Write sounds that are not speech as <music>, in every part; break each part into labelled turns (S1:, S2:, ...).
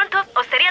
S1: Osteria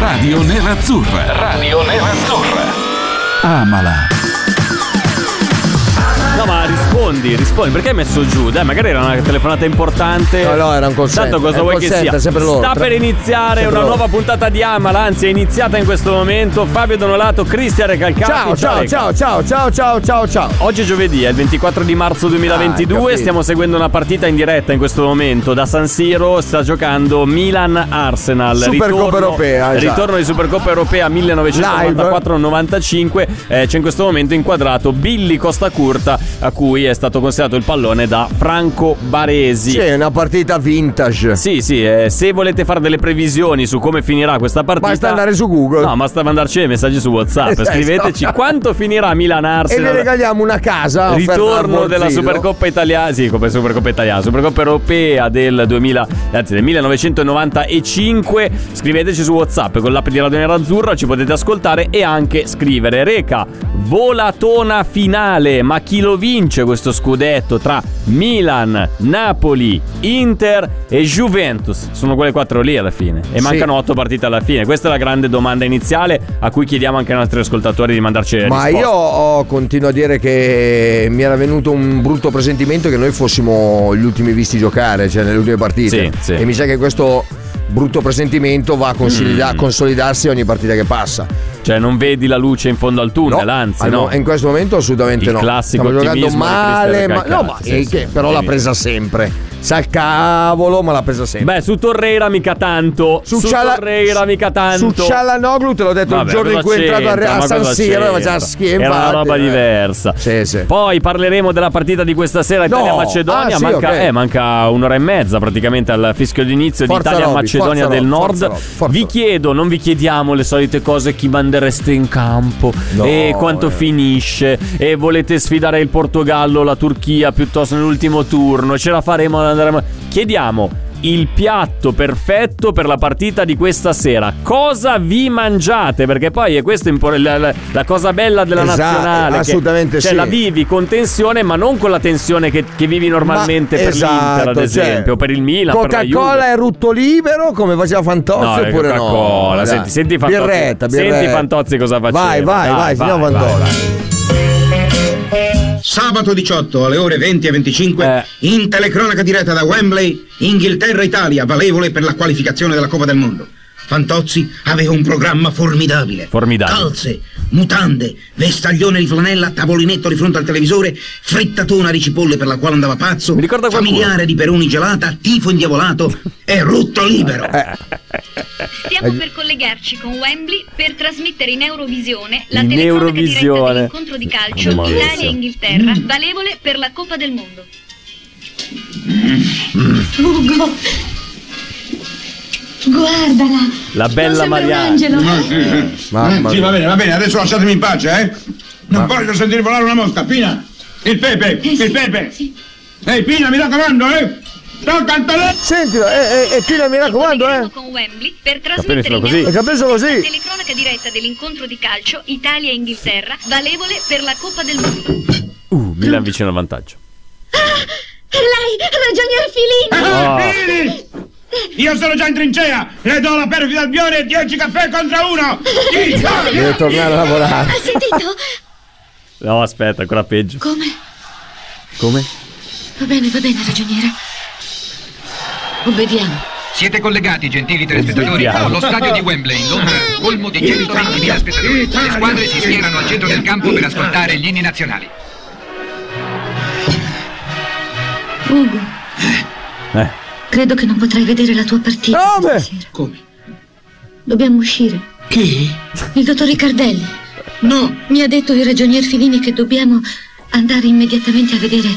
S2: Radio Nerazzurra. Radio Nerazzurra. Amala.
S3: No, ma rispondi, rispondi. Perché hai messo giù? Dai, magari era una telefonata importante.
S4: No, no, era un call
S3: Eh, Tanto
S4: center,
S3: cosa
S4: è un
S3: vuoi
S4: call
S3: che
S4: center,
S3: sia?
S4: sempre loro.
S3: Sta
S4: Tra-
S3: per iniziare
S4: sempre
S3: una
S4: loro.
S3: nuova puntata di Amala. Anzi, è iniziata in questo momento. Fabio Donolato, Cristian Recalcati.
S4: Ciao, ciao, ciao,
S3: Reca.
S4: ciao, ciao, ciao, ciao, ciao. Ah,
S3: Oggi è giovedì, è il 24 di marzo 2022,
S4: capito.
S3: stiamo seguendo una partita in diretta in questo momento da San Siro, sta giocando Milan-Arsenal.
S4: Supercoppa
S3: Ritorno-
S4: europea, esatto.
S3: Ritorno di Supercoppa europea 1994-95, eh, c'è in questo momento inquadrato Billy Costacurta a cui è stato consegnato il pallone da Franco Baresi.
S4: Sì, è una partita vintage.
S3: Sì, sì, eh, se volete fare delle previsioni su come finirà questa partita
S4: Basta andare su Google.
S3: No, basta mandarci dei messaggi su WhatsApp,
S4: <laughs> Esatto.
S3: scriveteci quanto finirà
S4: e
S3: Milan-Arsenal.
S4: le regaliamo una casa. offerta
S3: Ritorno
S4: da
S3: della
S4: Borzillo.
S3: Supercoppa Italiana, sì, come Supercoppa Italiana, Supercoppa Europea del 2000, anzi del 1995. Scriveteci su WhatsApp con l'app di Radio Nerazzurra, ci potete ascoltare e anche scrivere. Reca volatona finale, ma chi lo vince questo scudetto tra Milan, Napoli, Inter e Juventus? Sono quelle quattro lì alla fine e
S4: Sì.
S3: mancano otto partite alla fine. Questa è la grande domanda iniziale a cui chiediamo anche ai nostri ascoltatori di mandarci le
S4: Ma
S3: risposte.
S4: io ho- continuo a dire che mi era venuto un brutto presentimento che noi fossimo gli ultimi visti giocare, cioè nelle ultime partite.
S3: Sì, sì.
S4: E mi sa che questo brutto presentimento va a consolida-
S3: Mm.
S4: consolidarsi ogni partita che passa.
S3: Cioè, non vedi la luce in fondo al tunnel,
S4: No,
S3: anzi,
S4: al-
S3: no.
S4: In questo momento assolutamente
S3: Il
S4: no.
S3: classico
S4: Stiamo giocando
S3: ottimismo di
S4: male,
S3: Cristiano
S4: ma, no,
S3: Calcagno,
S4: ma-
S3: sì,
S4: eh,
S3: sì,
S4: che- però l'ha
S3: dimmi.
S4: presa sempre. Sa il cavolo, ma l'ha presa sempre.
S3: Beh, su Torreira mica tanto. Su,
S4: Ciala-
S3: Torreira mica tanto.
S4: Su Cialanoglu te l'ho detto
S3: Vabbè,
S4: il giorno in
S3: cosa
S4: cui è entrato a, Re-
S3: c'entra?
S4: a
S3: Ma
S4: San
S3: cosa
S4: Siro, ma già
S3: c'entra?
S4: schiena.
S3: Era una roba diversa.
S4: Sì, sì.
S3: Poi parleremo della partita di questa sera
S4: No.
S3: Italia-Macedonia.
S4: Ah, sì,
S3: manca,
S4: ok.
S3: eh, manca un'ora e mezza praticamente al fischio d'inizio
S4: Forza
S3: di
S4: Roby,
S3: Italia-Macedonia
S4: forza Roby,
S3: del Nord.
S4: forza Roby, forza
S3: vi
S4: Roby.
S3: chiedo, non vi chiediamo le solite cose, chi mandereste in campo
S4: No,
S3: e quanto
S4: eh.
S3: finisce e volete sfidare il Portogallo, la Turchia piuttosto nell'ultimo turno. Ce la faremo ad andare... Chiediamo il piatto perfetto per la partita di questa sera. Cosa vi mangiate? Perché poi è questa impo- la, la- la cosa bella della
S4: Esatto,
S3: nazionale. che-
S4: assolutamente
S3: cioè,
S4: sì.
S3: la vivi con tensione, ma non con la tensione che, che vivi normalmente
S4: Ma-
S3: per l'Inter,
S4: esatto,
S3: ad
S4: cioè,
S3: esempio, o per il Milan. per la Juve.
S4: Coca-Cola e rutto libero come faceva
S3: No,
S4: Fantozzi
S3: è
S4: oppure no?
S3: Coca-Cola.
S4: Dai.
S3: Senti, senti Fantozzi.
S4: Birretta,
S3: Senti
S4: birretta.
S3: Fantozzi cosa faceva.
S4: Vai, vai,
S3: Dai,
S4: vai, signor
S3: vai,
S4: Fantozzi.
S3: vai,
S5: Sabato 18 alle ore 20 e 25
S3: Eh.
S5: in telecronaca diretta da Wembley, Inghilterra-Italia, valevole per la qualificazione della Coppa del Mondo. Fantozzi aveva un programma formidabile.
S3: Formidabile.
S6: Oh,
S5: Calze, mutande, vestaglione di flanella, tavolinetto di fronte al televisore, frittatona di cipolle per la quale andava pazzo,
S3: Mi ricorda qualcuno.
S5: familiare di peroni gelata, tifo indiavolato e rutto
S3: Eh.
S5: libero.
S1: Stiamo per collegarci con Wembley per trasmettere in Eurovisione la
S3: In
S1: telecronaca diretta
S3: Eurovisione. Mm.
S1: dell'incontro di calcio Italia-Inghilterra, valevole per la Coppa del Mondo.
S6: Ugo, guardala.
S3: La bella
S6: non sembra un
S3: Mariana.
S6: angelo.
S4: Mamma
S7: Mm, Sì,
S4: mia.
S7: va bene, va bene, adesso lasciatemi in pace, eh. Non voglio sentire volare una mosca, Pina. Il Pepe,
S6: Eh, sì,
S7: il Pepe.
S6: sì.
S7: Ehi, Pina, mi raccomando, eh. Tocca al telefono.
S4: Sentilo, e eh, eh, Pino, mi raccomando,
S1: Collegheremo
S4: eh.
S1: con Wembley per
S3: Capelli
S1: trasmettere
S3: sono
S1: in
S3: così.
S4: È
S1: Eurovisione
S4: capito
S1: la
S4: così.
S1: telecronaca diretta dell'incontro di calcio Italia-Inghilterra, valevole per la Coppa del Mondo.
S3: Uh, Milan vicino al vantaggio.
S6: Lei ragioniera filina.
S3: Oh.
S7: Fili! Ah, Io sono già in trincea, le do la perfida Albione 10 caffè contro uno.
S6: Eh,
S4: Deve tornare a lavorare.
S6: Ha sentito?
S3: No, aspetta, ancora peggio.
S6: Come?
S3: Come?
S6: Va bene, va bene, ragioniera. Obbediamo.
S8: Siete collegati, gentili telespettatori,
S3: Vediamo.
S8: allo stadio di Wembley in Londra, colmo di 120.000 spettatori. Le squadre si schierano al centro del campo per ascoltare gli inni nazionali.
S6: Ugo,
S3: Eh.
S6: credo che non potrai vedere la tua partita.
S4: Come?
S6: stasera.
S7: Ecco.
S5: Come?
S6: Dobbiamo uscire.
S5: Che?
S6: Il dottore Cardelli
S5: No,
S6: mi ha detto il ragionier Filini che dobbiamo andare immediatamente a vedere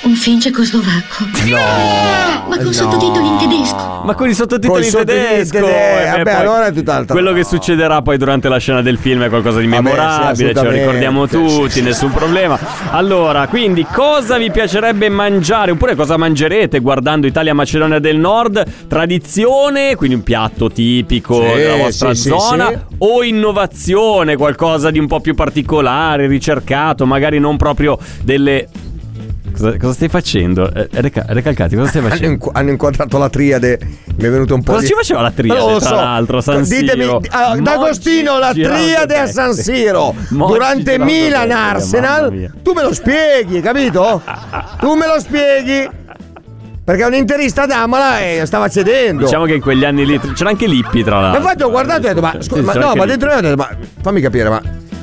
S6: Un film cecoslovacco. No! Ma con sottotitoli in tedesco.
S3: Ma con i
S4: Con
S3: sottotitoli
S4: i
S3: in
S4: sottotitoli in
S3: tedesco.
S4: tede-
S3: eh,
S4: vabbè,
S3: poi
S4: allora è tutt'altra
S3: Quello che
S4: roba.
S3: succederà poi durante la scena del film è qualcosa di
S4: Vabbè, sì,
S3: memorabile, ce lo
S4: assolutamente.
S3: ricordiamo
S4: Sì, sì,
S3: tutti,
S4: sì.
S3: nessun problema. Allora, quindi cosa vi piacerebbe mangiare oppure cosa mangerete guardando Italia Macedonia del Nord? Tradizione, quindi un piatto tipico
S4: Sì,
S3: della vostra
S4: sì, sì,
S3: zona
S4: sì.
S3: o innovazione, qualcosa di un po' più particolare, ricercato, magari non proprio delle Cosa, cosa stai facendo? Eh, Reca- recalcati, cosa stai
S4: Hanno,
S3: facendo?
S4: inqu- hanno inquadrato la triade, mi è venuto un po'
S3: Cosa
S4: di-
S3: ci faceva la triade,
S4: Non lo
S3: tra
S4: so.
S3: l'altro, a San
S4: Ditemi,
S3: Siro?
S4: ah, D'Agostino, la
S3: Moggi
S4: triade a
S3: girato
S4: San
S3: destra.
S4: Siro
S3: Moggi
S4: durante
S3: girato
S4: Milan
S3: destra, mamma
S4: Arsenal.
S3: mia.
S4: Tu me lo spieghi, capito? Tu me lo spieghi. Perché un interista ad Amala e stava cedendo.
S3: Diciamo che in quegli anni lì c'era anche Lippi, tra l'altro.
S4: Infatti ho guardato e ho detto, ma, scusa,
S3: Ah. Sì,
S4: ma
S3: c'era
S4: no,
S3: anche
S4: ma
S3: Lippi.
S4: dentro me ho detto, ma fammi capire, ma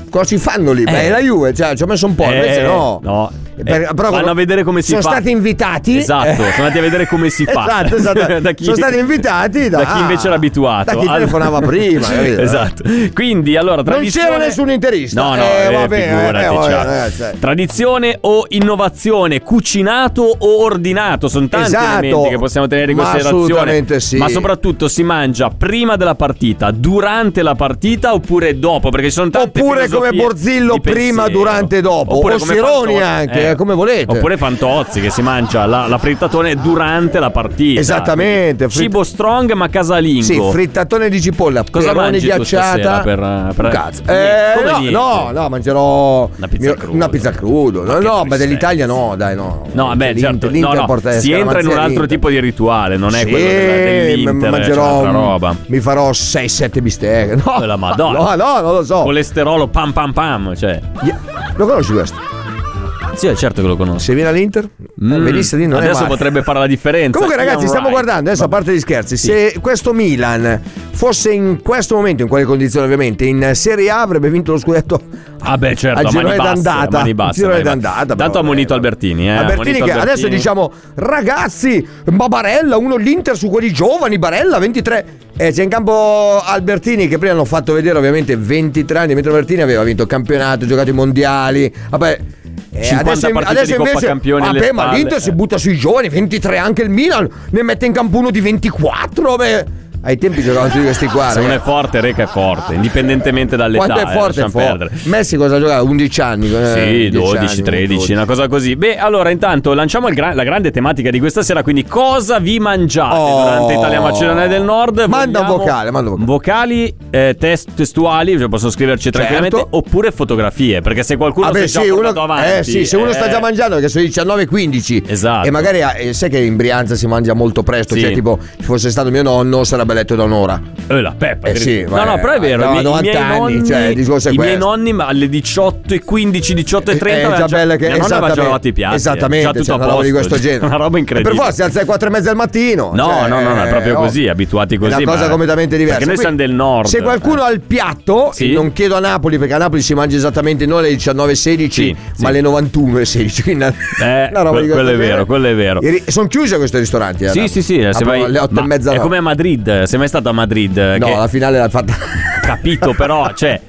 S4: cosa ci fanno lì? Beh,
S3: Eh.
S4: è la Juve, cioè, ci ho messo un po', invece
S3: Eh,
S4: no.
S3: no.
S4: E per-
S3: Eh,
S4: però
S3: vanno a vedere come si
S4: sono
S3: fa.
S4: Sono stati invitati.
S3: Esatto,
S4: Eh.
S3: sono andati a vedere come
S4: <laughs>
S3: si fa.
S4: Esatto, esatto.
S3: <laughs> Da chi-
S4: sono stati invitati da,
S3: da chi invece era abituato.
S4: Da chi
S3: Allora-
S4: telefonava
S3: <laughs>
S4: prima. capito?
S3: esatto. Quindi, allora, tradizione...
S4: c'era nessun interista.
S3: No, no,
S4: Eh,
S3: eh,
S4: vabbè,
S3: figurati,
S4: eh, vabbè,
S3: ciao.
S4: eh, cioè.
S3: Tradizione o innovazione? Cucinato o ordinato? Sono tanti
S4: Esatto.
S3: elementi che possiamo tenere in
S4: Ma
S3: considerazione.
S4: assolutamente sì.
S3: Ma soprattutto si mangia prima della partita, durante la partita oppure dopo? Perché ci sono tante
S4: Oppure come
S3: filosofie
S4: Borzillo
S3: di pensiero.
S4: prima, durante e dopo. O
S3: come
S4: Sironi
S3: Fantozzi,
S4: anche, eh, come volete.
S3: Oppure Fantozzi che si mangia la, la frittatone durante la partita.
S4: Esattamente, fritt-
S3: Cibo strong ma casalingo.
S4: Sì, frittatone di cipolla,
S3: Cosa
S4: peroni
S3: mangi tu
S4: ghiacciata.
S3: stasera per- per-
S4: Un cazzo.
S3: Niente,
S4: Eh,
S3: come
S4: no,
S3: niente.
S4: no, no, mangerò
S3: Una pizza al crudo.
S4: una pizza al crudo.
S3: Ma
S4: No,
S3: che
S4: no, ma
S3: tristezza.
S4: dell'Italia no, dai, no.
S3: No, beh,
S4: L'Inter-
S3: certo,
S4: l'Inter
S3: no, no,
S4: porta
S3: si
S4: scaramanzia
S3: entra in un altro
S4: all'Inter.
S3: tipo di rituale, non è
S4: Sì,
S3: quello della- dell'Inter,
S4: mangerò
S3: c'è un'altra
S4: un-
S3: roba.
S4: Mi farò 6-7 bistecche. No,
S3: Quella Madonna.
S4: No, no, non lo so.
S3: Colesterolo pam pam pam, cioè.
S4: Ye- Lo conosci questo?
S3: Sì, è certo che lo conosco.
S4: Se viene all'Inter,
S3: Mm.
S4: venisse lì non è
S3: Adesso
S4: male.
S3: potrebbe fare la differenza.
S4: Comunque,
S3: Ian
S4: ragazzi, stiamo
S3: Wright.
S4: guardando adesso a parte gli scherzi. Se questo Milan fosse in questo momento, in quelle condizioni, ovviamente, in Serie A avrebbe vinto lo scudetto.
S3: Ah beh, certo,
S4: Al
S3: a mani
S4: girone
S3: basse,
S4: d'andata.
S3: a mani basse,
S4: Girone
S3: a mani
S4: d'andata,
S3: basse.
S4: però,
S3: Tanto ha
S4: vabbè,
S3: monito
S4: vabbè.
S3: Albertini, eh. ha
S4: Albertini,
S3: monito
S4: che adesso
S3: Albertini.
S4: diciamo, ragazzi, ma Barella, uno l'Inter su quelli giovani, Barella 23. Eh, c'è in campo Albertini che prima hanno fatto vedere ovviamente 23 anni, mentre Albertini aveva vinto il campionato, giocato i mondiali. Vabbè, eh,
S3: 50 partite di Coppa Campioni alle
S4: vabbè, ma
S3: spalle,
S4: l'Inter si
S3: eh.
S4: butta sui giovani, 23 anche il Milan, ne mette in campo uno di 24. Beh. Ai tempi giocavano tutti questi qua.
S3: Se uno
S4: ragazzi.
S3: è forte, Reca è forte, indipendentemente dall'età.
S4: Quando è
S3: eh,
S4: forte, è
S3: lasciamo
S4: forte.
S3: perdere.
S4: Messi cosa giocava? 11 eh, anni.
S3: Sì, 12, 13, una cosa così. Beh, allora intanto lanciamo il gra- la grande tematica di questa sera, quindi cosa vi mangiate
S4: Oh.
S3: durante Italia Macedonia del Nord?
S4: Manda un
S3: Vogliamo
S4: vocale, manda un vocale. Certo.
S3: Vocali eh, test- testuali, cioè possono scriverci tranquillamente, oppure fotografie, perché se
S4: Ah,
S3: qualcuno si è già portato avanti...
S4: eh, sì, se uno sta già mangiando perché sono 19-15
S3: Esatto.
S4: e magari ha- eh, sai che in Brianza si mangia molto presto,
S3: Sì.
S4: cioè tipo se fosse stato mio nonno sarebbe letto da un'ora.
S3: Eh, la Peppa,
S4: Eh sì,
S3: addirittura. no,
S4: vabbè,
S3: no, però è vero.
S4: no,
S3: i, miei- i
S4: 90
S3: miei
S4: anni,
S3: nonni,
S4: cioè, il discorso è
S3: i miei
S4: questo.
S3: nonni ma alle 18.15, 18.30
S4: Eh,
S3: aveva
S4: già bella che
S3: cioè, mia nonna
S4: esattamente-
S3: aveva già lavato i piatti. eh,
S4: Esattamente,
S3: già tutto
S4: cioè,
S3: a
S4: una roba di
S3: posto,
S4: questo
S3: cioè,
S4: genere.
S3: <laughs> Una roba
S4: E per
S3: incredibile.
S4: forza si alza alle 4 e mezza al mattino.
S3: No,
S4: cioè,
S3: no, no, no, è proprio
S4: oh,
S3: così, abituati così.
S4: È una cosa
S3: ma-
S4: completamente diversa.
S3: Perché noi siamo
S4: Quindi,
S3: del nord.
S4: Se qualcuno
S3: eh.
S4: ha il piatto,
S3: Sì.
S4: e non chiedo a Napoli perché a Napoli si mangia esattamente non alle 19.16,
S3: Sì,
S4: ma
S3: sì.
S4: alle 91.16. Quindi una, <laughs>
S3: Eh,
S4: una roba
S3: quel-
S4: di
S3: quello è
S4: questo
S3: vero,
S4: genere.
S3: quello è vero.
S4: Ieri- Sono chiuse questi ristoranti. eh, a
S3: Sì,
S4: Napoli.
S3: sì, sì, se
S4: Aprono
S3: vai
S4: alle 8
S3: ma
S4: e mezza.
S3: È
S4: no.
S3: come a Madrid, sei mai stato a Madrid? eh,
S4: No,
S3: che-
S4: la finale l'ha fatta.
S3: Capito,
S4: <laughs>
S3: però, cioè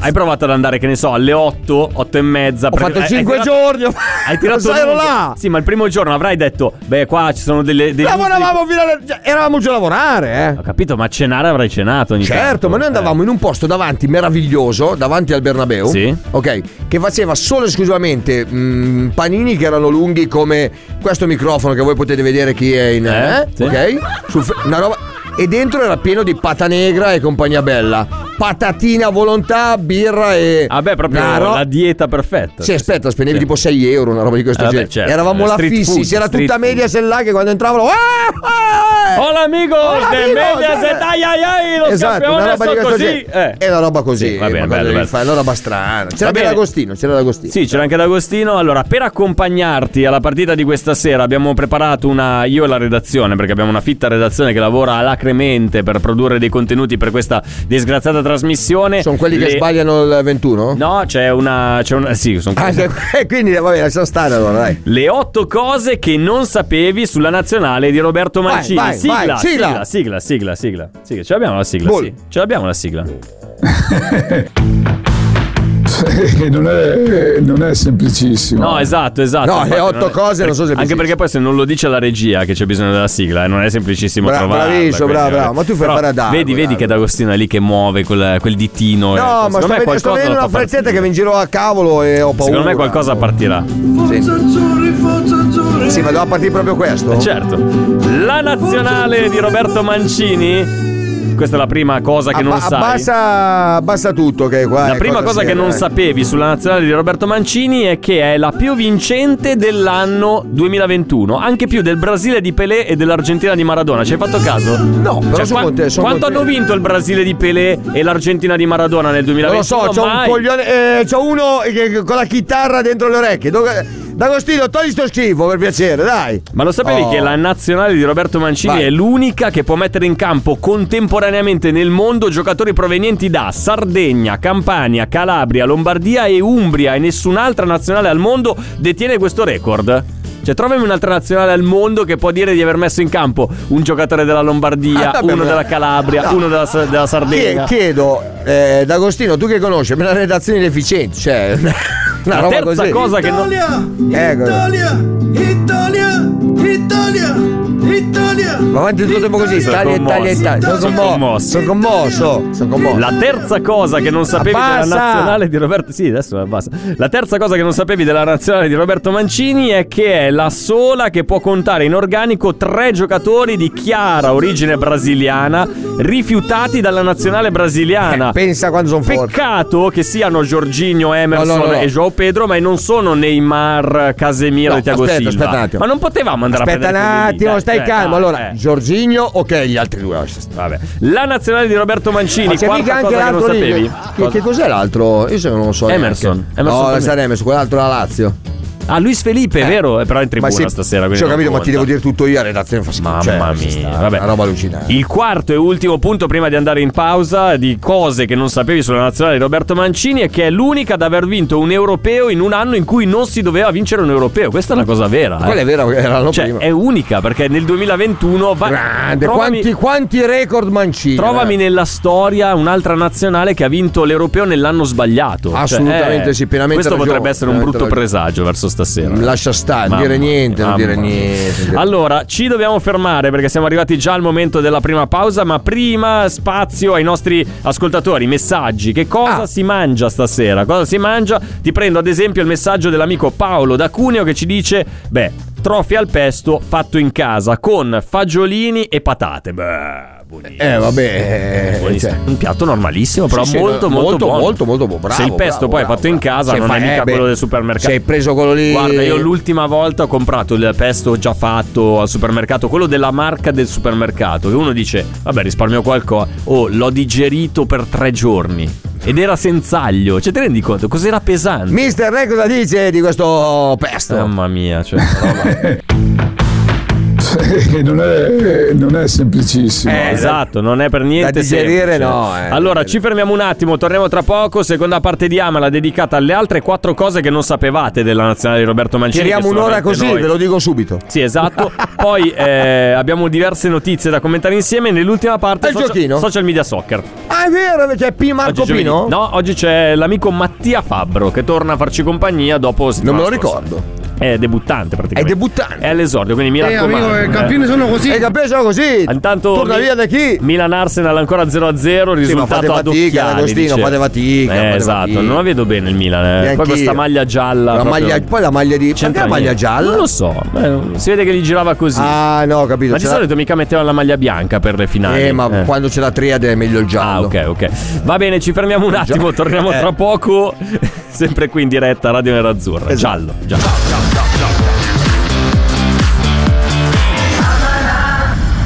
S3: hai provato ad andare, che ne so, alle 8, 8 e mezza.
S4: Ho fatto 5 giorni. ho-
S3: Hai
S4: <laughs>
S3: tirato
S4: Sai, ero
S3: lungo.
S4: là.
S3: Sì, ma il primo giorno avrai detto, beh, qua ci sono delle. dei
S4: Lavoravamo fino alle. cioè, Eravamo giù a lavorare,
S3: Ho
S4: eh.
S3: capito, ma a cenare avrai cenato ogni
S4: Certo,
S3: tanto.
S4: ma noi andavamo
S3: Eh.
S4: in un posto davanti meraviglioso, davanti al Bernabeu,
S3: Sì.
S4: ok, che faceva solo e esclusivamente mm, panini che erano lunghi come questo microfono che voi potete vedere chi è in
S3: Eh,
S4: eh,
S3: sì.
S4: ok? Su fe- una roba e dentro era pieno di pata negra e compagnia bella. Patatina a volontà, birra e
S3: Ah, beh, proprio
S4: Una ro-
S3: la dieta perfetta.
S4: Sì, aspetta, spendevi
S3: Sì.
S4: tipo 6 euro, una roba di questo
S3: Eh, vabbè,
S4: genere.
S3: certo,
S4: Eravamo là
S3: street
S4: fissi,
S3: food,
S4: c'era
S3: street
S4: tutta
S3: food.
S4: media là che quando entravano. "Ah, ah, eh!"
S3: Hola amigos
S4: Hola,
S3: de
S4: amigos,
S3: Mediaset,
S4: eh.
S3: ai ai ai, lo
S4: esatto, una
S3: scampione
S4: roba di
S3: sono
S4: questo
S3: così.
S4: genere.
S3: Eh.
S4: È una roba così.
S3: Sì, va bene,
S4: ma cosa
S3: bello,
S4: devi
S3: bello.
S4: fare? È una roba strana.
S3: Va
S4: C'era
S3: bene.
S4: D'Agostino, c'era D'Agostino.
S3: Sì, c'era anche D'Agostino. Allora, per accompagnarti alla partita di questa sera abbiamo preparato una. Io e la redazione, perché abbiamo una fitta redazione che lavora alacremente per produrre dei contenuti per questa disgraziata trasmissione.
S4: Sono quelli
S3: Le-
S4: che sbagliano il 21?
S3: No, c'è una. C'è una... Sì, sono
S4: Ah, cioè, <laughs> eh, quindi vabbè, lascia stare allora, dai.
S3: Le otto cose che non sapevi sulla nazionale di Roberto
S4: Vai,
S3: Mancini.
S4: vai,
S3: sigla,
S4: vai,
S3: sigla,
S4: sigla.
S3: sigla, sigla, sigla, sigla. Ce l'abbiamo la sigla,
S4: Bull.
S3: sì. Ce l'abbiamo la sigla.
S9: non, è, non è semplicissimo. <laughs>
S3: No, esatto, esatto.
S4: No, le
S3: Infatti,
S4: otto
S3: non è-
S4: cose non sono
S3: Anche
S4: semplicissime.
S3: perché poi se non lo dice la regia che c'è bisogno della sigla, eh, non è semplicissimo
S4: Bra-
S3: trovarla.
S4: bravissimo,
S3: quindi,
S4: bravo,
S3: vabbè.
S4: bravo. Ma tu fai
S3: Però
S4: fare a Darwin,
S3: Vedi, vedi
S4: Darwin.
S3: che D'Agostino è lì che muove quel, quel dittino. eh.
S4: No, ma
S3: Secondo
S4: sto
S3: me
S4: vedendo,
S3: qualcosa
S4: sto vedendo
S3: lo fa
S4: una frezzetta
S3: partire.
S4: che mi giro a cavolo e ho paura.
S3: Secondo me qualcosa partirà.
S4: Sì, ma doveva partire proprio questo.
S3: Certo. La nazionale di Roberto Mancini. Questa è la prima cosa che
S4: Abba-
S3: non sai.
S4: abbassa, abbassa tutto che qua.
S3: La
S4: è
S3: prima cosa che
S4: seria,
S3: non
S4: eh.
S3: sapevi sulla nazionale di Roberto Mancini è che è la più vincente dell'anno 2021, anche più del Brasile di Pelé e dell'Argentina di Maradona. Ci hai fatto caso? Cioè,
S4: No, però sono contento, sono
S3: quanto
S4: contento.
S3: hanno vinto il Brasile di Pelé e l'Argentina di Maradona nel
S4: Non
S3: 2021?
S4: lo so, c'ho un
S3: Mai.
S4: coglione. eh, c'ho uno che- che- con la chitarra dentro le orecchie. Dove- D'Agostino, togli sto schifo per piacere, dai.
S3: Ma lo sapevi
S4: Oh.
S3: che la nazionale di Roberto Mancini
S4: Vai.
S3: è l'unica che può mettere in campo contemporaneamente nel mondo giocatori provenienti da Sardegna, Campania, Calabria, Lombardia e Umbria e nessun'altra nazionale al mondo detiene questo record? Cioè, trovami un'altra nazionale al mondo che può dire di aver messo in campo un giocatore della Lombardia,
S4: Ah, <laughs> vabbè,
S3: uno
S4: ma-
S3: della Calabria,
S4: No.
S3: uno della, Sa- della
S4: Chie-
S3: Sardegna.
S4: chiedo, eh, D'Agostino, tu che conosci, per la redazione deficiente, cioè. <laughs> Una
S3: La
S4: roba
S3: terza
S4: così.
S3: cosa che non...
S4: Ecco. Italia, Ma avanti tutto il tempo così,
S3: Sono
S4: Italia, Italia,
S3: commosso.
S4: Italia. Sono
S3: Sono
S4: commosso. Sono commosso. Sono commosso.
S3: La terza cosa che non sapevi della
S4: Abbassa!
S3: nazionale di Roberto Sì, adesso basta. La terza cosa che non sapevi della nazionale di Roberto Mancini è che è la sola che può contare in organico tre giocatori di chiara origine brasiliana rifiutati dalla nazionale brasiliana.
S4: Eh, Pensa quando sono forte.
S3: Peccato che siano Giorginio, Emerson
S4: No, no, no, no.
S3: e Joao Pedro, ma non sono Neymar, Casemiro
S4: No,
S3: e Thiago
S4: aspetta,
S3: Silva.
S4: aspetta un attimo.
S3: Ma non potevamo andare
S4: Aspetta
S3: a
S4: un
S3: prendere quelli lì,
S4: attimo,
S3: dai,
S4: stai
S3: cioè,
S4: calmo.
S3: dai,
S4: Allora,
S3: eh.
S4: Giorginio, ok, gli altri due. lascia stare.
S3: Vabbè. La nazionale di Roberto Mancini,
S4: Ma c'è
S3: quarta
S4: mica anche
S3: cosa che non
S4: l'altro lì,
S3: sapevi.
S4: Che, che cos'è l'altro? Io se non lo so. neanche.
S3: Emerson. Emerson
S4: No,
S3: per
S4: non
S3: me.
S4: sarà Emerson, quell'altro la Lazio.
S3: Ah, Luis
S4: Eh.
S3: Felipe, è vero? È però in tribuna
S4: se-
S3: stasera. quindi
S4: se ho
S3: non
S4: capito, ma ti
S3: conta.
S4: devo dire tutto io a redazione fa schifo.
S3: Mamma
S4: Cioè, lascia
S3: mia,
S4: stare,
S3: vabbè.
S4: Una roba allucinante.
S3: Il quarto e ultimo punto prima di andare in pausa di cose che non sapevi sulla nazionale di Roberto Mancini è che è l'unica ad aver vinto un europeo in un anno in cui non si doveva vincere un europeo. Questa è una cosa vera. eh.
S4: Quella è vera, perché era l'anno
S3: Cioè,
S4: prima.
S3: è unica perché nel 2021 va...
S4: Grande,
S3: Trovami-
S4: quanti, quanti record mancini.
S3: Trovami
S4: eh.
S3: nella storia un'altra nazionale che ha vinto l'europeo nell'anno sbagliato. Cioè,
S4: Assolutamente
S3: eh,
S4: sì, pienamente
S3: Questo
S4: ragione,
S3: potrebbe essere un
S4: pienamente
S3: brutto
S4: ragione.
S3: presagio verso stasera.
S4: Lascia stare, non
S3: Mamma
S4: dire
S3: mia,
S4: niente, non
S3: mamma
S4: dire
S3: mia.
S4: niente. non dire-
S3: Allora, ci dobbiamo fermare perché siamo arrivati già al momento della prima pausa, ma prima spazio ai nostri ascoltatori, messaggi. Che cosa
S4: Ah.
S3: si mangia stasera? Cosa si mangia? Ti prendo ad esempio il messaggio dell'amico Paolo da Cuneo che ci dice, beh, trofi al pesto fatto in casa con fagiolini e patate. Beh, buonissimo.
S4: Eh, vabbè. eh,
S3: Buonissimo.
S4: cioè.
S3: un piatto normalissimo, però
S4: Sì, sì,
S3: molto,
S4: no,
S3: molto,
S4: molto,
S3: buono.
S4: molto, molto buono. Bravo,
S3: Se il pesto
S4: bravo,
S3: poi
S4: bravo,
S3: è fatto in
S4: bravo.
S3: casa,
S4: Se
S3: non
S4: fa-
S3: è mica
S4: eh, beh,
S3: quello del supermercato.
S4: se hai preso quello lì-
S3: Guarda, io l'ultima volta ho comprato il pesto già fatto al supermercato, quello della marca del supermercato. Che uno dice, vabbè, risparmio qualcosa. Oh, l'ho digerito per tre giorni. Ed era senz'aglio. Cioè, ti rendi conto? Cos'era pesante?
S4: Mister, lei cosa dice di questo pesto?
S3: Mamma mia,
S4: Eh,
S3: cioè.
S9: non, è, non è semplicissimo. <laughs>
S3: Eh, esatto, non è per niente
S4: da digerire
S3: semplice.
S4: no, eh.
S3: Allora, ci fermiamo un attimo, torniamo tra poco. Seconda parte di Amala dedicata alle altre quattro cose che non sapevate della nazionale di Roberto Mancini. che
S4: Tiriamo un'ora
S3: solamente
S4: così,
S3: noi-
S4: ve lo dico subito.
S3: Sì,
S4: <laughs>
S3: esatto. Poi eh, abbiamo diverse notizie da commentare insieme. Nell'ultima parte
S4: Al giochino?
S3: social, social media soccer.
S4: Ah, è vero, c'è P Marco
S3: Oggi giovedì.
S4: Pino?
S3: No, oggi c'è l'amico Mattia Fabbro che torna a farci compagnia dopo
S4: Non me lo
S3: settimana scorsa.
S4: ricordo.
S3: È debuttante praticamente.
S4: È debuttante.
S3: È all'esordio, quindi mi raccomando. eh.
S7: sono così.
S4: E capisci così.
S3: Intanto
S4: Torna
S3: Mi- Mm, eh,
S4: via da chi?
S3: Milan Arsenal ancora 0-0, risultato
S4: ma fate
S3: ad
S4: fatica,
S3: occhiali,
S4: Agostino,
S3: dice.
S4: fate fatica,
S3: Eh,
S4: fate
S3: esatto,
S4: fatica.
S3: non la vedo bene il Milan. eh. Poi
S4: Neanch'io.
S3: questa maglia gialla.
S4: La
S3: proprio-
S4: maglia- poi la maglia di. Perché
S3: C'entra
S4: la maglia
S3: niente.
S4: gialla?
S3: Non lo so, eh, si vede che gli girava così.
S4: Ah, no, ho capito.
S3: ma di
S4: ce l'ha-
S3: solito mica metteva la maglia bianca per le finali.
S4: Eh, ma
S3: Eh.
S4: quando c'è la triade è meglio il
S3: Ah,
S4: giallo. Eh.
S3: ok, ok. Va bene, ci
S4: <laughs>
S3: fermiamo un attimo, torniamo tra poco. <laughs> Sempre qui in diretta, Radio Nerazzurra.
S4: Esatto.
S3: Giallo, giallo.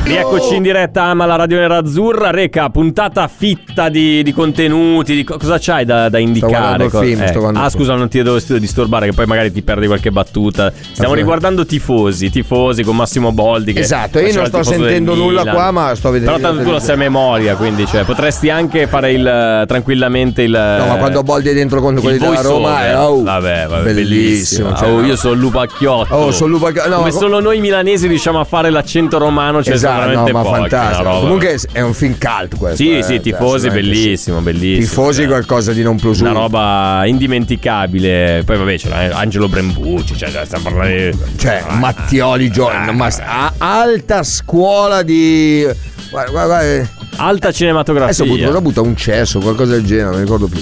S3: Rieccoci in diretta, ama la Radio Nerazzurra. Reca, puntata fitta di, di contenuti. di co- cosa c'hai da, da
S4: guardando
S3: indicare?
S4: il
S3: Co-
S4: film, sto guardando
S3: ah,
S4: il film.
S3: scusa, non ti devo disturbare, che poi magari ti perdi qualche battuta. Stiamo
S4: Ok.
S3: riguardando tifosi, tifosi con Massimo Boldi. Che
S4: Esatto, io
S3: faceva
S4: non sto
S3: il tifoso del
S4: sentendo nulla
S3: Milan.
S4: qua, ma sto vedendo-
S3: Però tanto tu lo sai a memoria, quindi cioè, potresti anche fare il, eh, tranquillamente il.
S4: No, ma quando Boldi è dentro con quelli della Roma. eh, oh,
S3: vabbè, vabbè, bellissimo.
S4: bellissimo. cioè,
S3: oh,
S4: no.
S3: io sono Lupacchiotto.
S4: Oh, sono Lupacchiotto, no,
S3: Come
S4: ma-
S3: solo noi milanesi riusciamo a fare l'accento romano, cioè
S4: Esatto,
S3: veramente
S4: no, ma
S3: pochi,
S4: fantastico.
S3: una roba-
S4: Comunque è un film cult questo.
S3: Sì,
S4: eh,
S3: sì,
S4: cioè,
S3: tifosi,
S4: assolutamente
S3: bellissimo,
S4: sì.
S3: bellissimo.
S4: Tifosi
S3: cioè,
S4: qualcosa di non plus
S3: Una
S4: ultra.
S3: roba indimenticabile. Poi, vabbè, c'era eh, Angelo Brembucci. Cioè, cioè, stiamo parlando di. Ah,
S4: Cioè, Mattioli Giorno, ma a- alta scuola di. Guarda, guarda, guarda.
S3: Alta
S4: Adesso
S3: cinematografia.
S4: ho buttato un cesso, qualcosa del genere, non mi ricordo più.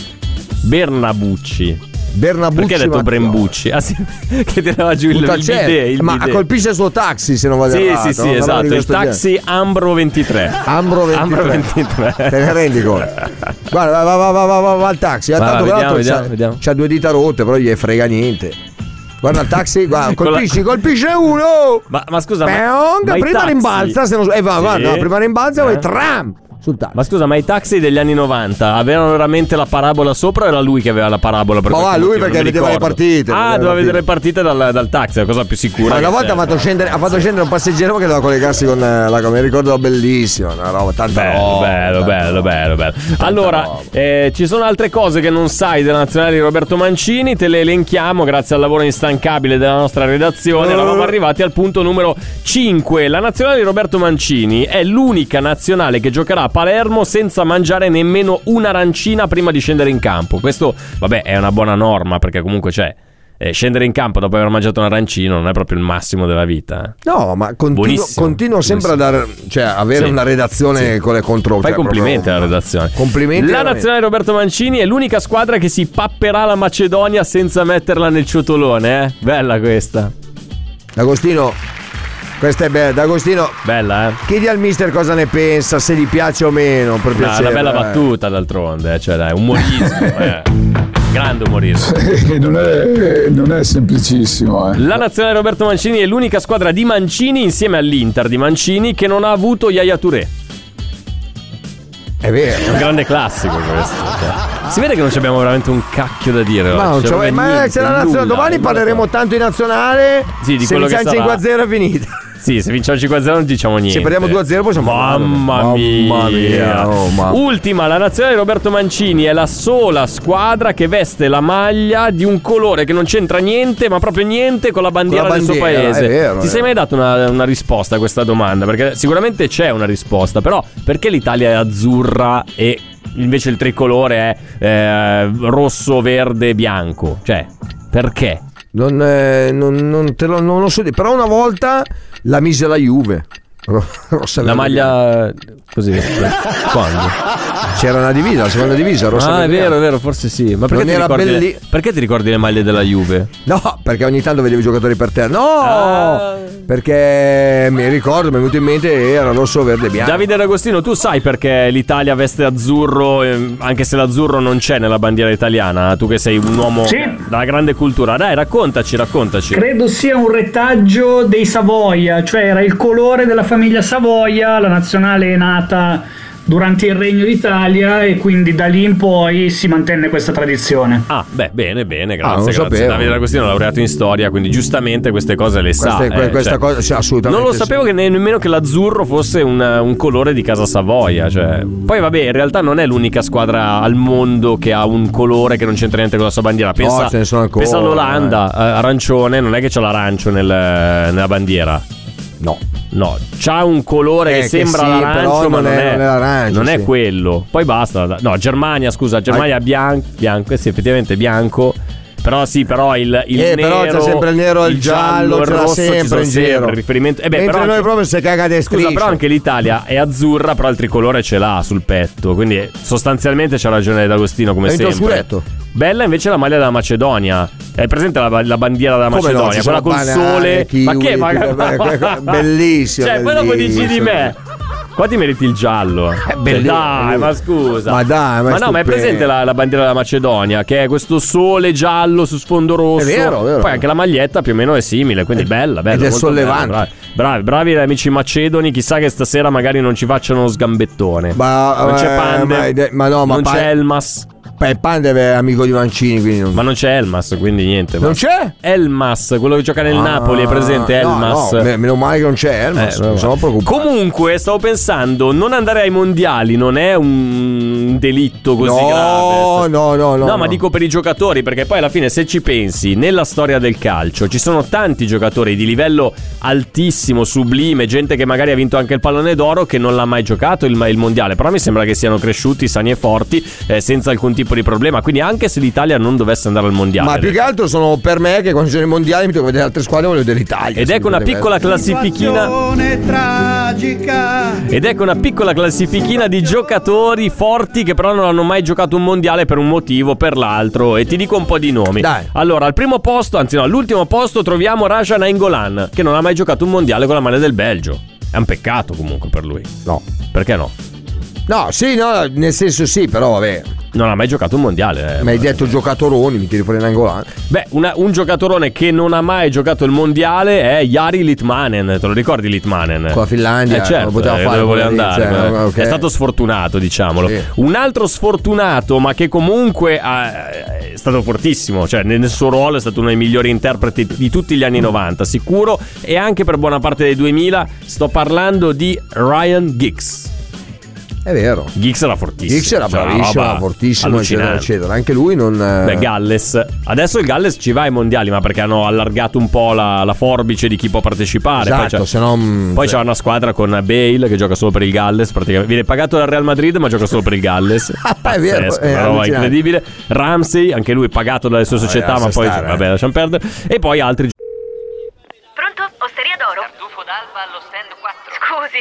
S3: Bernabucci.
S4: Bernabucci.
S3: Perché hai detto
S4: Mattioli.
S3: Brembucci? Ah, sì, <laughs> che tirava giù il, il
S4: Butta
S3: bidet,
S4: cesso.
S3: il
S4: certo, ma
S3: bidet.
S4: colpisce il suo taxi se non vado
S3: Sì,
S4: errato,
S3: sì, sì,
S4: no? Una roba
S3: esatto.
S4: di
S3: Il
S4: questo genere.
S3: taxi Ambro 23.
S4: Ambro 23.
S3: Ambro
S4: <laughs>
S3: 23.
S4: Te ne rendi conto? Guarda, va, va, va, va, va, va al taxi.
S3: Va,
S4: Tanto,
S3: vediamo,
S4: peraltro,
S3: vediamo,
S4: c'ha,
S3: vediamo.
S4: c'ha due dita rotte, però gli frega niente. Guarda il taxi, guarda,
S3: <laughs> Con la-
S4: colpisci, colpisce uno.
S3: Ma, ma scusa, ma,
S4: Peong,
S3: ma i
S4: prima
S3: taxi-
S4: rimbalza, se non so- eh, va, va,
S3: Sì.
S4: no, prima rimbalza
S3: Eh?
S4: e tram sul taxi.
S3: Ma scusa, ma i taxi degli anni 90 avevano veramente la parabola sopra o era lui che aveva la parabola? Per
S4: Ma va,
S3: qualche
S4: lui
S3: motivo?
S4: perché
S3: Non mi
S4: vedeva le
S3: ricordo.
S4: partite,
S3: Ah,
S4: vedeva le
S3: doveva
S4: partite.
S3: vedere le partite dal, dal taxi, è la cosa più sicura.
S4: Ma una
S3: che
S4: volta ha
S3: c'era.
S4: fatto, scendere, ha fatto scendere un passeggero che doveva collegarsi con eh, la mi ricordo bellissima, una roba tanta
S3: Bello,
S4: roba,
S3: bello,
S4: tanta
S3: bello,
S4: roba.
S3: bello, bello. Allora,
S4: roba.
S3: eh, ci sono altre cose che non sai della nazionale di Roberto Mancini, te le elenchiamo grazie al lavoro instancabile della nostra redazione.
S4: Uh.
S3: Eravamo arrivati al punto numero 5. La nazionale di Roberto Mancini è l'unica nazionale che giocherà a Palermo senza mangiare nemmeno un'arancina prima di scendere in campo. Questo, vabbè, è una buona norma perché comunque c'è. eh, scendere in campo dopo aver mangiato un arancino non è proprio il massimo della vita. eh.
S4: No, ma continuo,
S3: Buonissimo.
S4: continuo sempre a dare, cioè, avere
S3: Sì.
S4: una redazione
S3: Sì.
S4: con le contro.
S3: Fai
S4: cioè,
S3: complimenti
S4: proprio-
S3: alla redazione.
S4: Complimenti
S3: La
S4: veramente.
S3: nazionale Roberto Mancini è l'unica squadra che si papperà la Macedonia senza metterla nel ciotolone, eh? Bella questa.
S4: D'Agostino, questa è bella. D'Agostino,
S3: Bella, eh?
S4: chiedi al mister cosa ne pensa, se gli piace o meno. Per
S3: No,
S4: piacere,
S3: una bella
S4: eh.
S3: battuta d'altronde, eh, cioè
S4: <laughs>
S3: dai, umorismo, eh. Grande umorismo.
S9: Eh, non, è, non è semplicissimo. Eh.
S3: La nazionale Roberto Mancini è l'unica squadra di Mancini insieme all'Inter di Mancini che non ha avuto Yaya Touré.
S4: È vero.
S3: Un grande classico questo. cioè. Si vede che non ci abbiamo veramente un cacchio da dire.
S4: Ma, non
S3: oggi, cioè,
S4: c'è-
S3: proprio
S4: ma
S3: niente,
S4: c'è la nazionale.
S3: nulla,
S4: Domani
S3: nulla.
S4: parleremo tanto in nazionale.
S3: Sì, di
S4: se
S3: quello che
S4: iniziamo
S3: sarà.
S4: 5-0 è finita.
S3: Sì, se vinciamo 5-0 non diciamo niente.
S4: Se perdiamo 2-0 possiamo
S3: Mamma
S4: Mamma
S3: mia.
S4: mia, oh, mamma.
S3: Ultima, la nazionale di Roberto Mancini è la sola squadra che veste la maglia di un colore che non c'entra niente, ma proprio niente con la bandiera,
S4: Con la bandiera,
S3: del suo paese.
S4: è vero,
S3: Ti
S4: è
S3: sei
S4: vero.
S3: mai dato una, una risposta a questa domanda? Perché sicuramente c'è una risposta, però perché l'Italia è azzurra e invece il tricolore è eh, rosso, verde, bianco? Cioè, perché?
S4: Non, eh, non- non te lo, non lo so dire. Però una volta la mise la Juve. Ro- rossa
S3: La
S4: Cioè, verde bianca.
S3: maglia così
S4: <laughs>
S3: quando?
S4: C'era una divisa, la seconda divisa. Rossa
S3: Ah, è
S4: verde
S3: vero,
S4: bianca.
S3: è vero, forse sì. Ma perché
S4: Non
S3: ti,
S4: era
S3: ricordi
S4: belli-
S3: le... perché ti ricordi le maglie della Juve?
S4: No, perché ogni tanto vedevo i giocatori per terra. No!
S3: Ah.
S4: Perché mi ricordo, mi è venuto in mente era rosso, verde e bianco.
S3: Davide D'Agostino, tu sai perché l'Italia veste azzurro, ehm, anche se l'azzurro non c'è nella bandiera italiana? eh? Tu che sei un uomo dalla grande cultura. Dai, raccontaci, raccontaci.
S10: Credo sia un retaggio dei Savoia, cioè era il colore della famiglia Savoia, la nazionale è nata durante il Regno d'Italia e quindi da lì in poi si mantenne questa tradizione.
S3: Ah, beh, bene, bene,
S4: Ah,
S3: grazie.
S4: non
S3: grazie.
S4: sapevo.
S3: Davide D'Agostino è laureato in storia, quindi giustamente queste cose le
S4: Questa,
S3: sa.
S4: que-
S3: eh,
S4: questa
S3: cioè.
S4: cosa sì, assolutamente.
S3: Non lo
S4: sì.
S3: sapevo che ne- nemmeno che l'azzurro fosse un, un colore di casa Savoia. Cioè. Poi, vabbè, in realtà non è l'unica squadra al mondo che ha un colore che non c'entra niente con la sua bandiera. Pensa,
S4: ce ne sono ancora,
S3: pensa all'Olanda, eh, arancione, non è che c'è l'arancio nel- nella bandiera.
S4: No.
S3: No, c'ha un colore
S4: Eh,
S3: che
S4: che
S3: sembra
S4: sì,
S3: l'arancio,
S4: però
S3: ma
S4: non
S3: non
S4: è-
S3: è,
S4: non è l'arancio,
S3: non è
S4: sì.
S3: quello. Poi basta. No, Germania, scusa, Germania bianco, bianco, eh sì, effettivamente bianco. Però sì, però il, il
S4: Eh,
S3: nero,
S4: però c'è sempre il nero, il giallo,
S3: il
S4: c'era
S3: rosso, ci
S4: sempre
S3: sono
S4: in giro.
S3: sempre riferimento. Eh beh,
S4: Mentre
S3: però
S4: noi
S3: anche-
S4: proprio se caga di
S3: Scusa,
S4: striscio.
S3: però anche l'Italia è azzurra, però il tricolore ce l'ha sul petto. Quindi eh, sostanzialmente c'ha ragione D'Agostino, come
S4: È dentro
S3: sempre.
S4: il scudetto.
S3: Bella invece la maglia della Macedonia. Hai presente la, la bandiera della
S4: Come no,
S3: Macedonia?
S4: ci
S3: quella
S4: sono
S3: col
S4: banane,
S3: sole.
S4: kiwi,
S3: ma che? Ma... <laughs>
S4: tutto, beh, que- que- bellissimo,
S3: Cioè, poi dopo dici di
S4: bellissimo. Eh,
S3: me. Qua ti meriti il giallo. Cioè,
S4: bellissimo,
S3: dai,
S4: bellissimo.
S3: ma scusa.
S4: Ma dai, ma è
S3: no, ma è
S4: stupendo.
S3: presente la, la bandiera della Macedonia, che è questo sole giallo su sfondo rosso.
S4: È vero, Eh, è vero.
S3: Poi anche la maglietta più o meno è simile, quindi bella, bella.
S4: ed è
S3: molto bella,
S4: sollevante.
S3: brava. Bravi, bravi gli amici macedoni. Chissà che stasera magari non ci facciano uno sgambettone.
S4: Ma,
S3: non c'è
S4: eh,
S3: Pande,
S4: ma- ma no, ma
S3: non
S4: Pa-
S3: c'è Elmas.
S4: Beh, Pandev è amico di Mancini, quindi non...
S3: Ma non c'è Elmas, quindi niente.
S4: Non
S3: basta.
S4: c'è?
S3: Elmas, quello che gioca nel
S4: Ah,
S3: Napoli, è presente
S4: no,
S3: Elmas.
S4: no, me- meno male che non c'è Elmas,
S3: Eh, vabbè.
S4: mi sono preoccupato.
S3: Comunque, stavo pensando, non andare ai mondiali non è un delitto così
S4: no,
S3: grave.
S4: no, no, no.
S3: No, ma dico per i giocatori, perché poi alla fine se ci pensi, nella storia del calcio ci sono tanti giocatori di livello altissimo, sublime, gente che magari ha vinto anche il pallone d'oro che non l'ha mai giocato il, il mondiale, però mi sembra che siano cresciuti sani e forti eh, senza alcun tipo di problema, quindi anche se l'Italia non dovesse andare al mondiale.
S4: Ma più che altro sono per me che quando ci sono i mondiali mi tocca vedere altre squadre voglio vedere l'Italia.
S3: Ed ecco una piccola classifichina.
S7: tragica.
S3: Ed ecco una piccola classifichina di giocatori forti che però non hanno mai giocato un mondiale per un motivo o per l'altro. E ti dico un po' di nomi.
S4: Dai.
S3: Allora, al primo posto, anzi no, all'ultimo posto troviamo Raja Nainggolan, che non ha mai giocato un mondiale con la maglia del Belgio. È un peccato comunque per lui.
S4: No.
S3: Perché no?
S4: No, sì, no, nel senso sì, però vabbè.
S3: Non ha mai giocato un mondiale. eh.
S4: Mi hai detto giocatoroni, mi tiri fuori in angolano.
S3: Beh, una- un giocatorone che non ha mai giocato il mondiale è Jari Litmanen. Te lo ricordi Litmanen?
S4: Con la Finlandia,
S3: Eh, certo,
S4: lo poteva
S3: eh,
S4: fare
S3: dove voleva
S4: voleva
S3: andare.
S4: dire, cioè,
S3: ma-
S4: ok.
S3: È stato sfortunato, diciamolo.
S4: Sì.
S3: Un altro sfortunato, ma che comunque ha- è stato fortissimo, cioè nel suo ruolo è stato uno dei migliori interpreti di tutti gli anni 90, sicuro, e anche per buona parte dei 2000. Sto parlando di Ryan Giggs.
S4: È vero.
S3: Giggs era fortissimo.
S4: Giggs era
S3: cioè, una
S4: bravissimo,
S3: roba
S4: era fortissimo, eccetera,
S3: allucinante.
S4: eccetera. Anche lui non. eh,
S3: Beh, Galles. Adesso il Galles ci va ai mondiali, ma perché hanno allargato un po' la, la forbice di chi può partecipare.
S4: Esatto,
S3: poi c'è,
S4: se no, mm,
S3: poi
S4: cioè-
S3: c'è una squadra con Bale che gioca solo per il Galles. Praticamente viene pagato dal Real Madrid, ma gioca solo per
S4: <laughs>
S3: il Galles.
S4: Ah, è vero, eh,
S3: Pazzesco,
S4: è
S3: una roba
S4: allucinante.
S3: incredibile. Ramsey, anche lui pagato dalle sue società,
S4: lascia
S3: ma poi
S4: stare, eh.
S3: vabbè, lasciamo perdere. E poi altri.
S11: Pronto? Osteria d'oro? Tartufo d'alba allo stand 4. Scusi,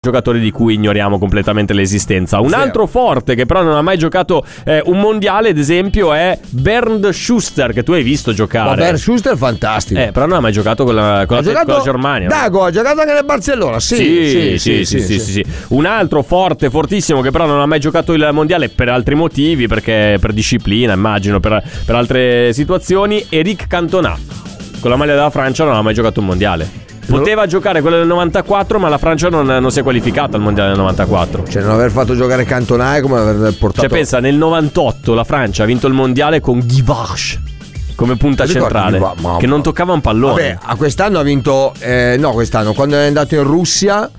S3: Giocatori di cui ignoriamo completamente l'esistenza. Un
S12: Zero.
S3: altro forte che però non ha mai giocato eh, un mondiale, ad esempio, è Bernd Schuster, che tu hai visto giocare.
S4: Ma Bert Schuster è fantastico.
S3: Eh, però non ha mai giocato con la, con la-
S4: ha giocato
S3: con la Germania.
S4: Dago ha giocato anche nel Barcellona. Sì, sì, sì. sì, sì.
S3: sì, sì. Un altro forte, fortissimo, che però non ha mai giocato il mondiale per altri motivi, perché per disciplina, immagino, per, per altre situazioni. Eric Cantona, con la maglia della Francia, non ha mai giocato un mondiale. Poteva giocare quello del 94, ma la Francia non, non si è qualificata al mondiale del 94.
S4: Cioè, non aver fatto giocare Cantona è come aver portato.
S3: Cioè, pensa, nel 98 la Francia ha vinto il mondiale con Givash come punta
S4: Ti ricordi
S3: centrale,
S4: Guivach? Mamma.
S3: che non toccava un pallone.
S4: Vabbè, a quest'anno ha vinto. eh, no, quest'anno, quando è andato in Russia.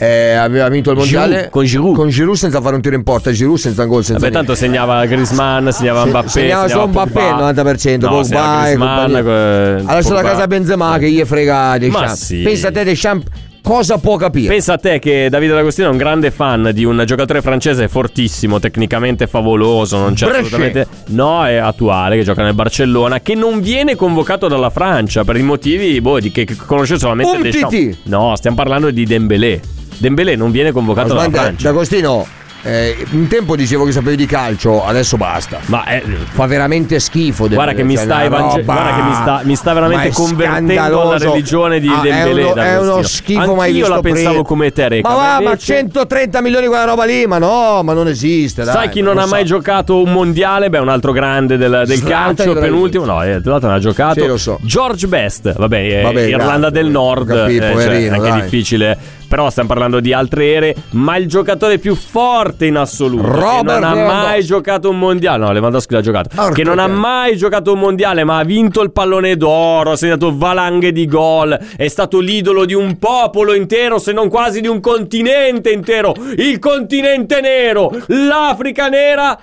S4: eh, aveva vinto il
S3: Giroud,
S4: mondiale
S3: con Giroud.
S4: con Giroud senza fare un tiro in porta Giroud senza un gol senza
S3: Vabbè,
S4: niente.
S3: tanto segnava Grisman, segnava
S4: Se-
S3: Mbappé.
S4: segnava solo Mbappé il
S3: Pogba.
S4: 90%,
S3: No,
S4: Pogba
S3: segnava
S4: e
S3: Griezmann,
S4: compagnia.
S3: eh,
S4: adesso la
S3: Pogba.
S4: casa Benzema che gli frega Deschamps
S3: sì.
S4: pensa a te Deschamps cosa può capire
S3: Pensa a te che Davide D'Agostino è un grande fan di un giocatore francese fortissimo, tecnicamente favoloso, non c'è
S4: Brescia.
S3: assolutamente no, è attuale che gioca nel Barcellona che non viene convocato dalla Francia per i motivi boh, di- che, che conosce solamente
S4: Umtiti.
S3: Deschamps. No, stiamo parlando di Dembélé. Dembélé non viene convocato dalla
S4: Guarda,
S3: Francia.
S4: D'Agostino eh, un tempo dicevo che sapevi di calcio adesso basta
S3: Ma eh, è-
S4: fa veramente schifo
S3: Guarda che mi
S4: cioè,
S3: sta
S4: una
S3: evangel-
S4: roba-
S3: guarda che mi sta- mi sta veramente
S4: ma è
S3: convertendo alla
S4: scandaloso.
S3: religione di
S4: Ah, è
S3: Dembélé,
S4: uno- è uno
S3: D'Agostino.
S4: schifo mai
S3: Anch'io
S4: visto
S3: la pensavo
S4: prima.
S3: come te, Reca,
S4: ma
S3: ma
S4: va ma
S3: invece-
S4: 130 milioni quella roba lì ma no ma non esiste dai,
S3: Sai chi non
S4: lo
S3: ha
S4: so.
S3: mai giocato un mondiale? Beh, un altro grande del, del
S4: Zlatan
S3: calcio,
S4: Ibrahimovic.
S3: penultimo. No, eh, Zlatan non ha giocato.
S4: Sì, lo so.
S3: George Best, vabbè, eh,
S4: Vabbè,
S3: Irlanda
S4: grazie,
S3: del Nord,
S4: ho capito,
S3: eh, cioè,
S4: poverino,
S3: anche
S4: dai.
S3: difficile. Però stiamo parlando di altre ere. Ma il giocatore più forte in assoluto, che
S4: Robert
S3: non ha mai
S4: Lewandowski.
S3: giocato un mondiale. No, Lewandowski l'ha giocato.
S4: Porco
S3: che non ha
S4: te.
S3: mai giocato un mondiale, ma ha vinto il pallone d'oro, ha segnato valanghe di gol. È stato l'idolo di un popolo intero, se non quasi di un continente intero. Il continente nero, l'Africa nera.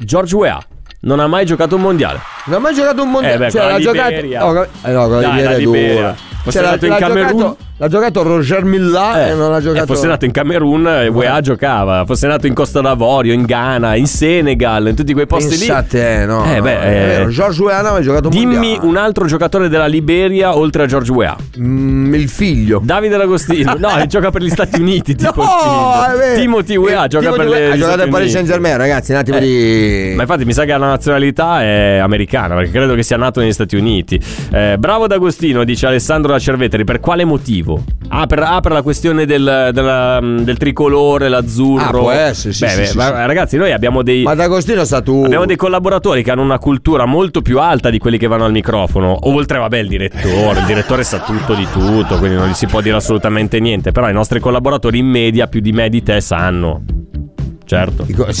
S3: George Weah non ha mai giocato un mondiale.
S4: Non ha mai giocato un mondiale.
S3: Eh beh,
S4: cioè,
S3: con la
S4: l'ha
S3: Liberia.
S4: giocato. Oh, eh no, con la
S3: Dai,
S4: Liberia
S3: la
S4: è
S3: Liberia.
S4: dura. Cioè,
S3: Fosse andato in
S4: l'ha
S3: Camerun?
S4: giocato- L'ha giocato Roger Millat e Ah, non ha giocato.
S3: Eh, fosse nato in Camerun, eh, UEA giocava. Fosse nato in Costa d'Avorio, in Ghana, in Senegal, in tutti quei posti
S4: Pensate,
S3: lì.
S4: no,
S3: Eh,
S4: no,
S3: beh,
S4: è vero. George UEA non ha giocato un
S3: Dimmi
S4: mondiale.
S3: un altro giocatore della Liberia oltre a George UEA.
S4: Mm, il figlio. Eh.
S3: Davide D'Agostino.
S4: <laughs>
S3: No, gioca per gli Stati Uniti. tipo il figlio.
S4: è vero. Eh,
S3: Timothy UEA gioca
S4: Timothy
S3: per
S4: Weah
S3: le
S4: ha
S3: gli
S4: giocato al
S3: Stati
S4: Paris
S3: Uniti. Eh,
S4: Saint-Germain, ragazzi, un attimo di
S3: Ma infatti mi sa che la nazionalità è americana, perché credo che sia nato negli Stati Uniti. Eh, bravo D'Agostino, dice Alessandro da Cerveteri, per quale motivo? Ah, per, ah, per la questione del, della- del tricolore, l'azzurro.
S4: Ah, può essere, sì,
S3: Beh,
S4: sì,
S3: beh,
S4: sì,
S3: ma-
S4: sì.
S3: ragazzi, noi abbiamo dei...
S4: Ma D'Agostino è stato un-
S3: Abbiamo dei collaboratori che hanno una cultura molto più alta di quelli che vanno al microfono. Oltre, vabbè, il direttore. Il direttore sa tutto di tutto, quindi non gli si può dire assolutamente niente. Però i nostri collaboratori in media, più di me di te, sanno. Certo. Cioè,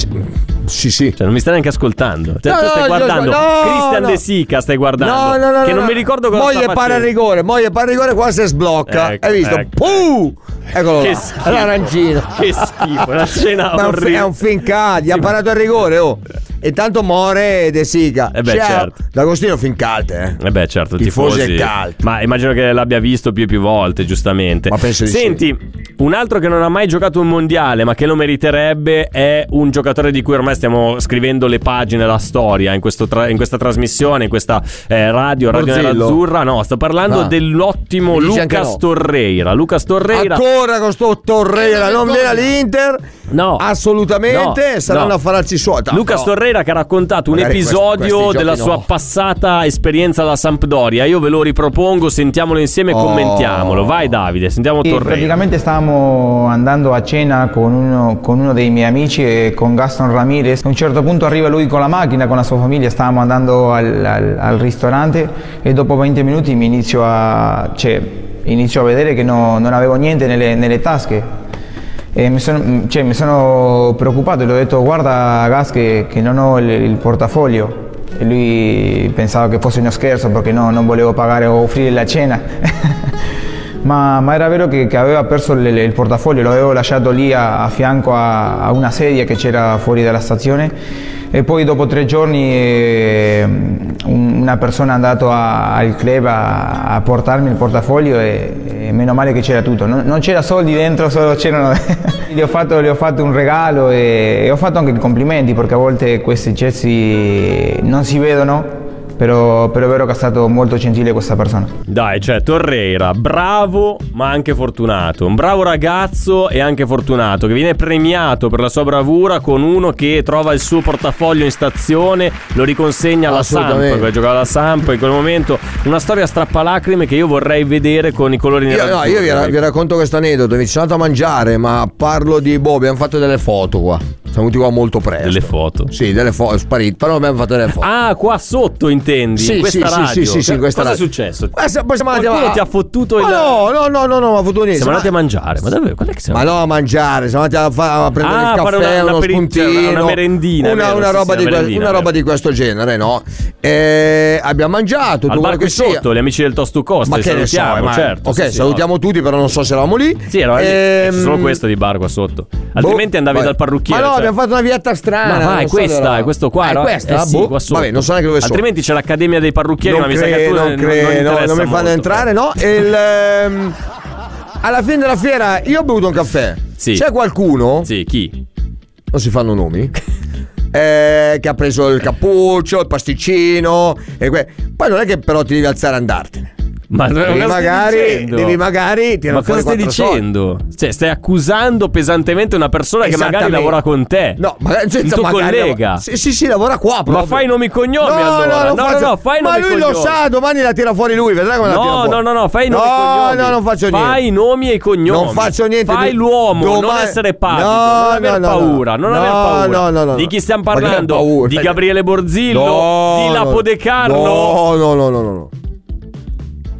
S4: Sì, sì.
S3: non mi stai neanche ascoltando. Cioè,
S4: No,
S3: tu
S4: no,
S3: stai
S4: io-
S3: guardando.
S4: no,
S3: Christian
S4: no.
S3: De Sica stai guardando.
S4: No, no, no.
S3: Che
S4: no,
S3: non
S4: no.
S3: mi ricordo cosa
S4: Moglie
S3: sta
S4: para
S3: facendo.
S4: rigore, moglie para rigore, qua si sblocca.
S3: Ecco,
S4: Hai visto?
S3: ecco.
S4: Puh! Eccolo
S3: Che
S4: là.
S3: schifo.
S4: L'arancino.
S3: <laughs> Che schifo, una scena
S4: Ma è un, fi-
S3: orribile.
S4: è un fin caldi, ha parato il rigore, oh. E tanto muore De Sica.
S3: Eh beh, certo.
S4: D'Agostino fin calde, eh.
S3: Eh beh, certo,
S4: Tifosi
S3: tifosi,
S4: e caldi.
S3: Ma immagino che l'abbia visto più e più volte, giustamente.
S4: Ma penso di sì.
S3: Senti, un altro che non ha mai giocato un mondiale, ma che lo meriterebbe, è un giocatore di cui ormai stiamo scrivendo le pagine, la storia in, questo tra- in questa trasmissione, in questa eh, radio, Radio
S4: Borzello.
S3: Nerazzurra. No, sto parlando
S4: Ah.
S3: dell'ottimo
S4: Mi dice anche
S3: Lucas
S4: no.
S3: Torreira. Lucas Torreira.
S4: Ancora con sto Torreira, non viene all'Inter?
S3: No,
S4: Assolutamente,
S3: No,
S4: saranno
S3: no.
S4: a farci suoi. No,
S3: Lucas
S4: no.
S3: Torreira che ha raccontato un
S4: Magari questi-
S3: episodio
S4: questi giochi
S3: della
S4: no.
S3: sua passata esperienza alla Sampdoria. Io ve lo ripropongo, sentiamolo insieme e
S13: Oh.
S3: commentiamolo. Vai Davide, sentiamo
S13: E
S3: Torreira.
S13: praticamente stavamo andando a cena con uno, con uno dei miei amici e con Gaston Ramirez. A un certo punto arriva lui con la macchina, con la sua famiglia, stavamo andando al, al- al ristorante e dopo 20 minuti mi inizio a, cioè, inizio a vedere che no- non avevo niente nelle, nelle tasche. E mi sono, cioè, mi sono preoccupato e gli ho detto guarda Gas che, che non ho il, il portafoglio. E lui pensava che fosse uno scherzo perché no, non volevo pagare o offrire la cena. <laughs> Ma, ma era vero che, che aveva perso il, il portafoglio, lo avevo lasciato lì a, a fianco a, a una sedia che c'era fuori dalla stazione e poi dopo tre giorni eh, un- una persona è andata a- al club a, a portarmi il portafoglio e, e meno male che c'era tutto, non, non c'era soldi dentro, solo c'erano... <laughs> gli, ho fatto, gli ho fatto un regalo e, e ho fatto anche i complimenti perché a volte questi gesti non si vedono, però, però è vero che è stato molto gentile questa persona.
S3: Dai, cioè Torreira, bravo ma anche fortunato. Un bravo ragazzo e anche fortunato che viene premiato per la sua bravura con uno che trova il suo portafoglio in stazione, lo riconsegna alla Samp,
S4: Assolutamente.
S3: perché giocava alla Samp in quel momento. Una storia strappalacrime che io vorrei vedere con i colori
S4: Io,
S3: nerazzurri.
S4: no, io vi, ra- vi racconto questo aneddoto. Mi sono andato a mangiare, ma parlo di boh. Abbiamo fatto delle foto qua. Siamo venuti qua molto presto. Delle
S3: foto?
S4: Sì, delle foto. Sparito, però abbiamo fatto delle foto.
S3: Ah, qua sotto intendi?
S4: Sì,
S3: in questa
S4: sì, sì,
S3: radio. Eh,
S4: sì, sì, sì, in questa
S3: Cosa
S4: radio.
S3: è successo?
S4: Ma se- poi siamo andati
S3: Qualcuno
S4: a-
S3: ti ha fottuto il.
S4: Ma no, no, no, no, no, ma foto niente.
S3: Siamo andati a
S4: Ma-
S3: mangiare, ma davvero? Quando è che siamo
S4: Ma no, a mangiare, siamo andati a, fa- a prendere
S3: Ah,
S4: il
S3: fare
S4: caffè,
S3: una- una
S4: uno
S3: peri-
S4: spuntino,
S3: cioè, una merendina,
S4: una,
S3: vero?
S4: una
S3: Sì,
S4: roba,
S3: sì,
S4: di,
S3: una
S4: que-
S3: merendina,
S4: una roba di questo genere, no? E abbiamo mangiato,
S3: Al
S4: tutto quello
S3: bar qui
S4: che sia.
S3: sotto, gli amici del Tostu Costa,
S4: Ma
S3: li
S4: che ne so, eh,
S3: salutiamo,
S4: ma-
S3: certo.
S4: Ok,
S3: sì, sì,
S4: salutiamo tutti, però non so se eravamo lì.
S3: Sì, allora
S4: Ehm,
S3: lì c'è solo questo di bar qua sotto. Altrimenti
S4: boh,
S3: andavi
S4: vai.
S3: dal parrucchiere.
S4: Ma no,
S3: cioè.
S4: abbiamo fatto una vietta strana.
S3: Ma vai,
S4: non so
S3: questa,
S4: dove eravamo.
S3: è questo qua.
S4: Ah,
S3: no?
S4: è questa?
S3: Eh sì,
S4: boh.
S3: qua sotto.
S4: Vabbè, non so neanche dove sono.
S3: Altrimenti c'è l'Accademia dei Parrucchieri,
S4: Non
S3: ma mi sa che
S4: credo,
S3: tu
S4: non
S3: non, non
S4: credo,
S3: interessa
S4: non mi fanno
S3: molto.
S4: entrare,
S3: <laughs>
S4: no? E il, ehm, alla fine della fiera io ho bevuto un caffè.
S3: Sì.
S4: C'è qualcuno?
S3: Sì, chi?
S4: Non si fanno
S3: <laughs>
S4: nomi. eh, che ha preso il cappuccio, il pasticcino. e que- Poi non è che però ti devi alzare e andartene.
S3: Ma cosa
S4: devi
S3: stai
S4: magari,
S3: dicendo?
S4: devi magari tirare
S3: Ma
S4: fuori
S3: cosa stai
S4: quattro soldi.
S3: dicendo? Cioè, stai accusando pesantemente una persona che magari
S4: Esattamente.
S3: lavora con te.
S4: No, magari
S3: il
S4: senza
S3: tuo
S4: magari
S3: collega.
S4: Sì, sì, sì, lavora qua.
S3: Ma
S4: proprio.
S3: fai nomi e cognomi
S4: No, no,
S3: allora.
S4: non
S3: No, no,
S4: faccio-
S3: no, fai
S4: Ma
S3: nomi e
S4: lui lo
S3: cognomi.
S4: sa, domani la tira fuori lui, vedrai come la tira
S3: No,
S4: fuori.
S3: no, no, no, fai i nomi e
S4: No,
S3: cognomi.
S4: no, non faccio niente.
S3: Fai i nomi e i cognomi.
S4: Non faccio niente.
S3: Fai
S4: di-
S3: l'uomo, non
S4: domani-
S3: essere pazzo,
S4: No,
S3: non aver
S4: no, no,
S3: paura,
S4: no.
S3: non
S4: No,
S3: aver paura.
S4: No, no, no.
S3: Di chi stiamo
S4: Ma che
S3: parlando?
S4: paura?
S3: Di Gabriele Borzillo,
S4: No,
S3: di Lapo
S4: no.
S3: De Carlo,
S4: No, no, no, no, no. no.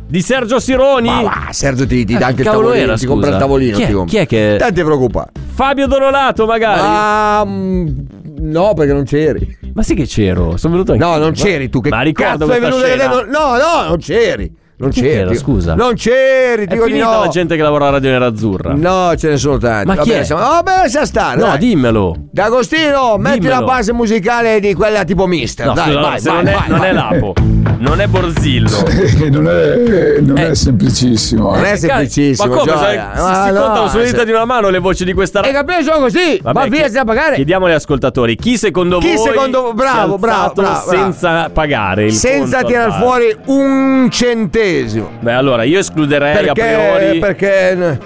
S3: di Sergio Sironi.
S4: Ma va, Sergio ti, ti
S3: Ah,
S4: dà anche il
S3: cavolo
S4: tavolino,
S3: era,
S4: ti compra il
S3: scusa?
S4: tavolino.
S3: Chi è-
S4: ti compra. Eh.
S3: chi è che-
S4: Non ti preoccupare.
S3: Fabio Donolato magari.
S4: Ah, mh, no, perché non c'eri.
S3: Ma sì che c'ero, sono venuto anche
S4: No, non c'eri tu. Che
S3: Ma
S4: cazzo
S3: ricordo
S4: è
S3: questa
S4: venuto
S3: scena.
S4: a vedere? No, no, non c'eri. Non
S3: Chi
S4: c'eri.
S3: era, scusa?
S4: Non c'eri,
S3: È
S4: dico di
S3: finita
S4: no.
S3: la gente che lavora a Radio Nerazzurra.
S4: No, ce ne sono tanti.
S3: Ma chi
S4: Vabbè,
S3: è?
S4: siamo- Vabbè, lascia stare.
S3: No,
S4: dai.
S3: dimmelo.
S4: D'Agostino, metti
S3: Dimmelo.
S4: la base musicale di quella tipo mister.
S3: No,
S4: Cioè, dai,
S3: scusa,
S4: vai,
S3: se
S4: vai,
S3: non, è,
S4: vai,
S3: non
S4: vai.
S3: è Lapo. Non
S4: <laughs>
S3: è Borzillo.
S9: <laughs> Eh, non è, non è semplicissimo. <laughs> eh.
S3: Cazzo, Ma come? sai, Si, si contano sulle dita di una mano le voci di questa radio.
S4: E capito, sono così. Va via, senza pagare.
S3: Chiediamo agli ascoltatori chi secondo
S4: Chi
S3: voi
S4: secondo
S3: si è
S4: voi- bravo, bravo,
S3: alzato
S4: bravo, bravo.
S3: senza pagare il
S4: Senza
S3: conto
S4: tirar
S3: al bar?
S4: fuori un centesimo.
S3: Beh, allora io escluderei Eh, a
S4: Perché?
S3: priori.
S4: Perché?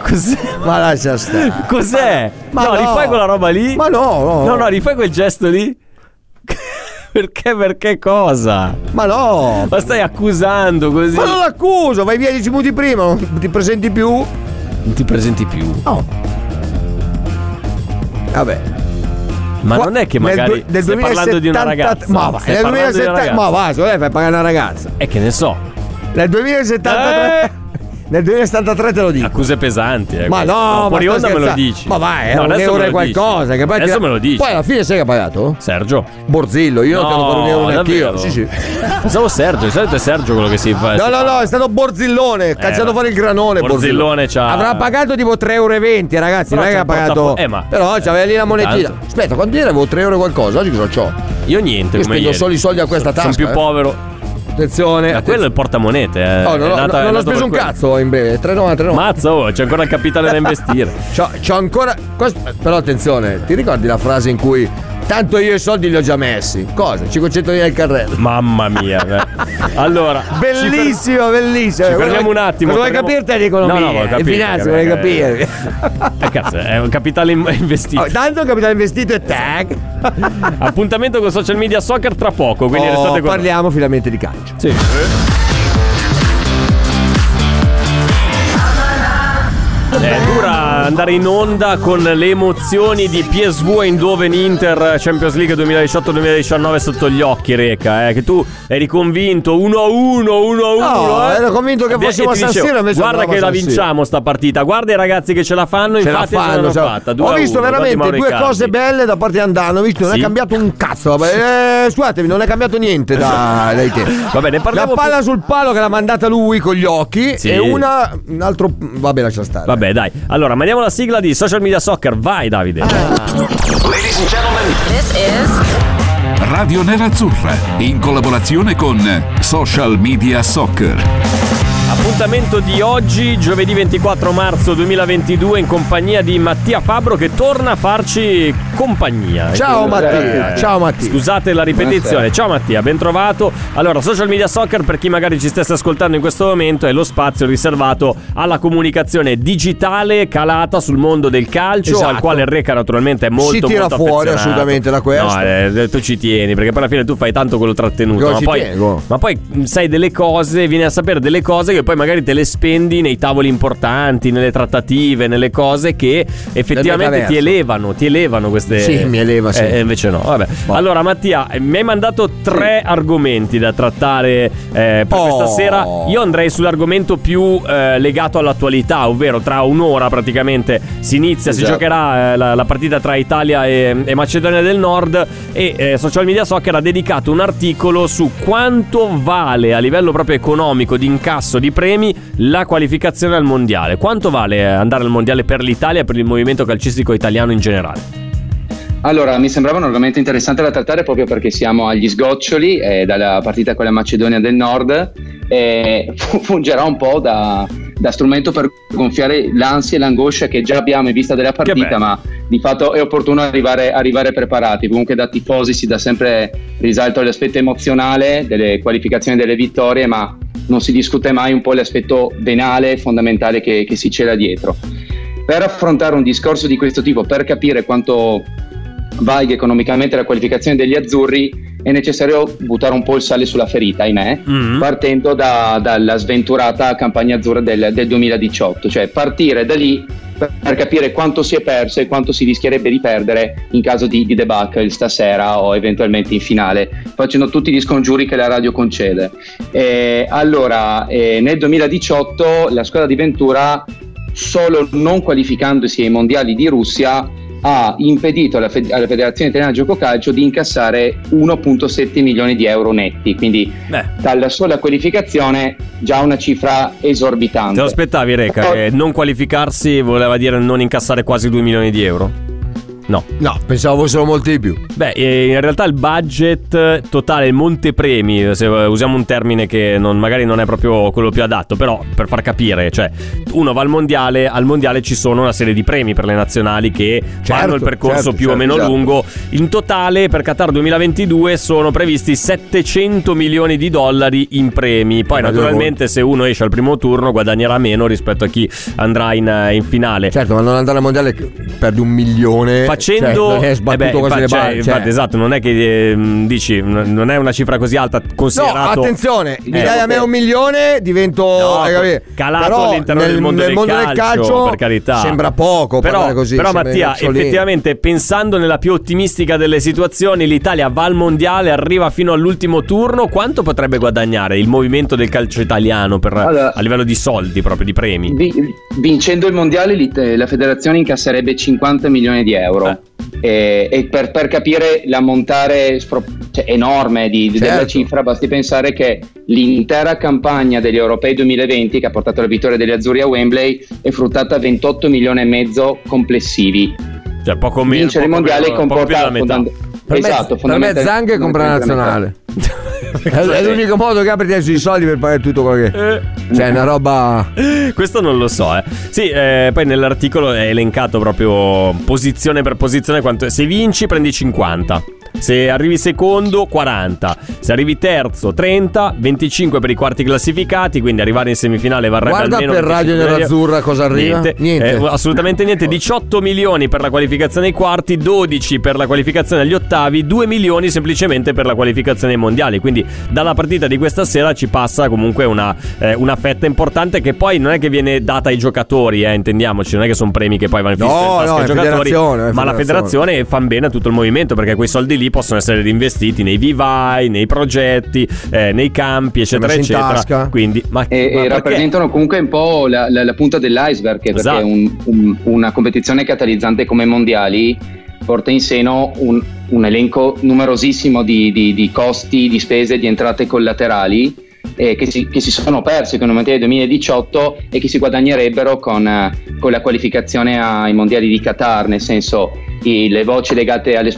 S3: Cos'è?
S4: Ma lascia stare.
S3: <laughs> Cos'è?
S4: Ma
S3: no,
S4: no.
S3: rifai quella roba lì.
S4: Ma no, no.
S3: No, no, rifai quel gesto lì. <laughs> perché, perché cosa?
S4: Ma no.
S3: Ma stai accusando così.
S4: Ma non l'accuso, vai via 10 minuti prima, non ti presenti più.
S3: Non ti presenti più.
S4: No. Vabbè.
S3: Ma
S4: Qua-
S3: non è che
S4: nel
S3: magari
S4: du- nel
S3: stai parlando di
S4: 2070
S3: una ragazza.
S4: Ma va,
S3: Stai
S4: nel
S3: parlando di
S4: 2070
S3: una ragazza.
S4: ma va, se lei fai pagare una ragazza.
S3: E che ne so.
S4: Eh. Nel 2073
S3: Eh?
S4: Nel 2073 te lo dico.
S3: Accuse pesanti, eh.
S4: Ma
S3: queste.
S4: no, ma
S3: fuori
S4: sto
S3: onda me lo
S4: scherzando.
S3: dici.
S4: Ma vai, eh,
S3: no,
S4: un
S3: adesso
S4: euro
S3: me
S4: e
S3: lo dici.
S4: qualcosa, che poi
S3: adesso
S4: ti-
S3: me lo dici.
S4: Poi alla fine sai che ha pagato?
S3: Sergio.
S4: Borzillo, io non
S3: no,
S4: te lo farò un euro neanche io.
S3: davvero?
S4: Sì, sì.
S3: Pensavo Sergio, di solito è Sergio quello che si fa.
S4: No, no, no, è stato Borzillone, cacciato
S3: va.
S4: fuori il granone.
S3: Borzillone c'ha-
S4: Avrà pagato tipo 3,20 euro, ragazzi.
S3: Però
S4: non è che
S3: c'ha
S4: ha
S3: un portafo-
S4: pagato.
S3: eh, ma-
S4: Però c'aveva lì la monetina.
S3: Tanto.
S4: Aspetta, quanti era? Avevo 3 euro qualcosa. Oggi cosa c'ho?
S3: Io niente.
S4: Io
S3: come
S4: spendo
S3: ieri.
S4: solo i soldi a questa
S3: sono,
S4: tasca,
S3: Sono più
S4: eh.
S3: povero.
S4: Attenzione.
S3: Ma quello è il portamonete. Eh.
S4: Oh, non,
S3: È
S4: ho-
S3: nata-
S4: non
S3: è
S4: ho
S3: nato
S4: speso
S3: per
S4: un
S3: quello.
S4: cazzo in breve. 3,99.
S3: Mazza, oh, c'è ancora il capitale da investire.
S4: C'ho, c'ho ancora. cos- Però attenzione, ti ricordi la frase in cui. Tanto io i soldi li ho già messi. Cosa? 500 lire al carrello.
S3: Mamma mia, beh. Allora, ci
S4: Bellissimo, bellissimo.
S3: Ci fermiamo un attimo.
S4: Cosa vuoi
S3: fermiamo-
S4: capire te di economia?
S3: No, no, voglio
S4: Di
S3: capire.
S4: finanza, vuoi capire?
S3: Eh, cazzo, è un capitale in- <laughs> investito.
S4: Oh, tanto il capitale investito è tag.
S3: Appuntamento con social media soccer tra poco, quindi
S4: Oh,
S3: restate con noi.
S4: parliamo finalmente di calcio.
S3: Sì. Eh, È dura andare in onda con le emozioni di PSV e Eindhoven Inter Champions League 2018-2019 sotto gli occhi, Reca. Eh, che tu eri convinto 1-1, 1-1.
S4: No,
S3: eh.
S4: ero convinto che
S3: E
S4: fossimo
S3: ti
S4: a San
S3: dicevo,
S4: Siro, invece
S3: Guarda
S4: andavamo
S3: che
S4: a
S3: la
S4: San Siro.
S3: vinciamo sta partita. Guarda i ragazzi che ce la fanno.
S4: Ce la
S3: infatti,
S4: fanno.
S3: ce
S4: ce la-
S3: l'hanno fatta.
S4: Ho
S3: 2-1,
S4: visto
S3: gol di
S4: veramente
S3: Mauro
S4: due
S3: Icardi.
S4: cose belle da parte di Andanovic. Non
S3: Sì.
S4: è cambiato un cazzo. vabbè. Eh, scusatemi, non è cambiato niente
S3: <laughs>
S4: da, dai te.
S3: Vabbè, ne
S4: La
S3: parliamo più-
S4: palla sul palo che l'ha mandata lui con gli occhi.
S3: Sì.
S4: E una. Un altro. Vabbè, lascia stare.
S3: Vabbè, dai. Allora, mandiamo la sigla di Social Media Soccer. Vai, Davide.
S2: Ladies and gentlemen, this is Radio Nerazzurra in collaborazione con Social Media Soccer.
S3: Appuntamento di oggi, giovedì 24 marzo 2022, in compagnia di Mattia Fabbro che torna a farci compagnia.
S4: Ciao,
S3: Eh,
S4: Mattia. Ciao, Mattia.
S3: Scusate la ripetizione. Ciao Mattia, ben trovato. Allora, Social Media Soccer, per chi magari ci stesse ascoltando in questo momento, è lo spazio riservato alla comunicazione digitale calata sul mondo del calcio,
S4: Esatto.
S3: al quale il Reca naturalmente è molto
S4: Si tira
S3: molto
S4: fuori
S3: affezionato.
S4: assolutamente da questo.
S3: No, eh, tu ci tieni, perché poi alla fine tu fai tanto quello trattenuto,
S4: Io
S3: ma
S4: ci
S3: poi
S4: tengo.
S3: ma poi mh, sai delle cose, vieni a sapere delle cose che poi magari te le spendi nei tavoli importanti, nelle trattative, nelle cose che effettivamente
S4: metaverso.
S3: ti elevano, ti elevano queste.
S4: Sì, mi eleva, sì.
S3: Eh, invece no, vabbè. Allora, Mattia, eh, mi hai mandato tre argomenti da trattare eh, per
S4: Oh.
S3: questa sera. Io andrei sull'argomento più eh, legato all'attualità, ovvero tra un'ora praticamente si inizia, si
S4: Esatto.
S3: giocherà eh, la, la partita tra Italia e, e Macedonia del Nord e eh, Social Media Soccer ha dedicato un articolo su quanto vale a livello proprio economico di incasso di premi la qualificazione al mondiale. Quanto vale eh, andare al mondiale per l'Italia e per il movimento calcistico italiano in generale?
S14: Allora, mi sembrava un argomento interessante da trattare proprio perché siamo agli sgoccioli eh, dalla partita con la Macedonia del Nord e <laughs> fu- fungerà un po' da, da strumento per gonfiare l'ansia e l'angoscia che già abbiamo in vista della partita, ma di fatto è opportuno arrivare, arrivare preparati. Comunque da tifosi si dà sempre risalto all'aspetto emozionale delle qualificazioni e delle vittorie, ma non si discute mai un po' l'aspetto venale e fondamentale che- che si c'era dietro. Per affrontare un discorso di questo tipo, per capire quanto valga economicamente la qualificazione degli azzurri, è necessario buttare un po' il sale sulla ferita, ahimè,
S3: Mm.
S14: partendo da- dalla sventurata campagna azzurra del, del 2018, cioè partire da lì per, per capire quanto si è perso e quanto si rischierebbe di perdere in caso di, di debacle stasera o eventualmente in finale, facendo tutti gli scongiuri che la radio concede. Eh, allora, eh, nel 2018 la squadra di Ventura solo non qualificandosi ai mondiali di Russia ha impedito alla, Fed- alla Federazione Italiana Gioco Calcio di incassare 1.7 milioni di euro netti, quindi dalla sola qualificazione già una cifra esorbitante.
S3: Te lo aspettavi, Reca, che non qualificarsi voleva dire non incassare quasi 2 milioni di euro? No.
S4: No, pensavo fossero molti di più.
S3: Beh, eh, in realtà il budget totale, il montepremi, se eh, usiamo un termine che non- magari non è proprio quello più adatto, però per far capire, cioè, uno va al mondiale, al mondiale ci sono una serie di premi per le nazionali che fanno il percorso
S4: certo,
S3: più o
S4: certo,
S3: meno
S4: esatto.
S3: lungo. In totale per Qatar 2022 sono previsti 700 milioni di dollari in premi. Poi
S4: Ma due
S3: naturalmente se uno esce al primo turno guadagnerà meno rispetto a chi andrà in, eh, in finale.
S4: Certo, ma non andare al mondiale perdi un milione.
S3: Facendo.
S4: Cioè, non è
S3: eh beh,
S4: sbattuto quasi
S3: infa-
S4: le
S3: cioè,
S4: balle.
S3: infatti, esatto, non è che eh, mh, dici, n- non è una cifra così alta
S4: No,
S3: considerato.
S4: attenzione, mi
S3: Eh,
S4: dai a me un milione, divento hai capito?
S3: calato
S4: Però
S3: all'interno del mondo,
S4: nel
S3: del,
S4: calcio,
S3: per carità.
S4: Sembra poco
S3: però,
S4: parlare così.
S3: però
S4: sembra
S3: Mattia,
S4: nocciolino.
S3: effettivamente, pensando nella più ottimistica delle situazioni, l'Italia va al mondiale, arriva fino all'ultimo turno. Quanto potrebbe guadagnare il movimento del calcio italiano per- a livello di soldi, proprio di premi?
S14: Vi- vincendo il mondiale l'It- la federazione incasserebbe 50 milioni di euro
S3: Eh.
S14: e, e per, per capire l'ammontare spro- cioè, enorme di- di- della
S4: Certo.
S14: cifra basti pensare che l'intera campagna degli europei 2020 che ha portato alla vittoria degli azzurri a Wembley è fruttata a 28 milioni e mezzo complessivi
S3: cioè poco meno
S14: vincere
S3: poco
S14: il mondiale
S3: meno- poco più
S14: comporta
S3: della metà.
S14: fondam-
S4: Per me-
S14: esatto
S4: per me,
S14: fondamentalmente-
S4: Zang compra la nazionale. È,
S3: Esatto.
S4: è
S3: <laughs>
S4: l'unico modo che apri sui soldi per pagare tutto quello
S3: Eh.
S4: che.
S14: Eh.
S4: Cioè, è una roba.
S3: <laughs> Questo non lo so, eh. Sì, eh, poi nell'articolo è elencato proprio posizione per posizione quanto se vinci prendi 50. Se arrivi secondo 40, se arrivi terzo 30, 25 per i quarti classificati, quindi arrivare in semifinale varrebbe
S4: Guarda
S3: almeno
S4: per
S3: 25
S4: Radio
S3: milioni.
S4: Nerazzurra cosa arriva.
S3: Niente,
S4: Niente.
S3: eh, assolutamente niente, 18 milioni per la qualificazione ai quarti, 12 per la qualificazione agli ottavi, 2 milioni semplicemente per la qualificazione ai mondiali. Quindi dalla partita di questa sera ci passa comunque una, eh, una fetta importante che poi non è che viene data ai giocatori, eh, intendiamoci, non è che sono premi che poi vanno in
S4: No,
S3: fisco in tasca
S4: no,
S3: ai
S4: è
S3: Cioè, giocatori,
S4: federazione, è
S3: ma la
S4: federazione.
S3: federazione fa bene a tutto il movimento perché quei soldi lì possono essere reinvestiti nei vivai, nei progetti, eh, nei campi, eccetera,
S14: messi in
S3: eccetera.
S14: tasca.
S3: Quindi, ma,
S14: e, e
S3: ma perché?
S14: rappresentano comunque un po' la, la- la punta dell'iceberg perché
S3: Esatto.
S14: un- un- una competizione catalizzante come i mondiali porta in seno un, un elenco numerosissimo di, di- di costi, di spese, di entrate collaterali eh, che, si, che si sono persi con il mondiale 2018 e che si guadagnerebbero con, eh, con la qualificazione ai mondiali di Qatar, nel senso i- le voci legate alle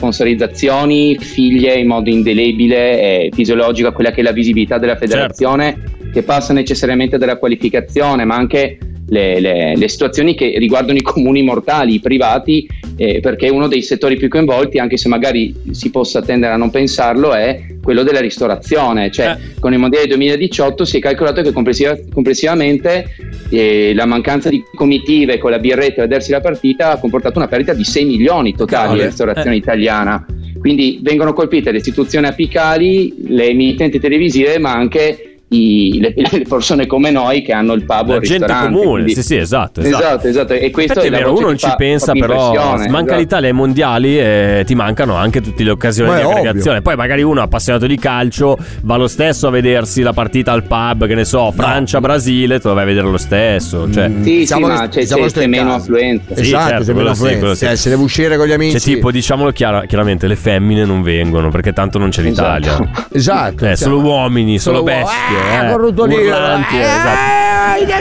S14: sponsorizzazioni, figlie in modo indelebile e fisiologico a quella che è la visibilità della federazione, che passa necessariamente dalla qualificazione, ma anche le, le- le situazioni che riguardano i comuni mortali, i privati, eh, perché uno dei settori più coinvolti, anche se magari si possa tendere a non pensarlo, è quello della ristorazione. Cioè,
S3: Eh.
S14: con il mondiale 2018 si è calcolato che complessiva- complessivamente eh, la mancanza di comitive con la birretta a vedersi la partita ha comportato una perdita di 6 milioni totali
S3: Cavolo.
S14: della ristorazione
S3: Eh.
S14: italiana. Quindi vengono colpite le istituzioni apicali, le emittenti televisive, ma anche i- le, le persone come noi che hanno il pub o
S3: La
S14: il
S3: gente
S14: ristorante.
S3: comune,
S14: quindi-
S3: sì, sì, esatto, esatto.
S14: esatto. esatto. E questo
S3: Infatti è
S14: la
S3: vero,
S14: voce
S3: uno
S14: che
S3: non ci
S14: fa
S3: pensa,
S14: proprio
S3: però
S14: impressione,
S3: manca
S14: esatto.
S3: l'Italia ai mondiali e ti mancano anche tutte le occasioni
S4: Ma
S3: di
S4: è ovvio.
S3: aggregazione. Poi magari uno appassionato di calcio va lo stesso a vedersi la partita al pub, che ne so, Francia-Brasile, te lo vai a vedere lo stesso. Cioè.
S14: Sì,
S4: Diciamo
S14: sì,
S4: che-
S14: ma c'è,
S4: diciamo
S14: c'è-
S4: che sto
S14: c'è
S4: in
S14: meno
S4: casa.
S14: affluenza.
S3: Sì,
S4: esatto,
S3: certo,
S4: se me
S3: quello
S4: la
S3: sì,
S4: fai.
S3: quello sì.
S4: Cioè, se devo uscire con gli amici.
S3: Cioè, tipo, diciamolo chiara- chiaramente, le femmine non vengono perché tanto non c'è l'Italia.
S14: <laughs>
S4: Esatto.
S3: Eh, solo uomini, solo,
S4: Solo uo-
S3: bestie.
S4: Ah,
S3: eh,
S4: corrotto di-
S3: urlanti, eh, esatto.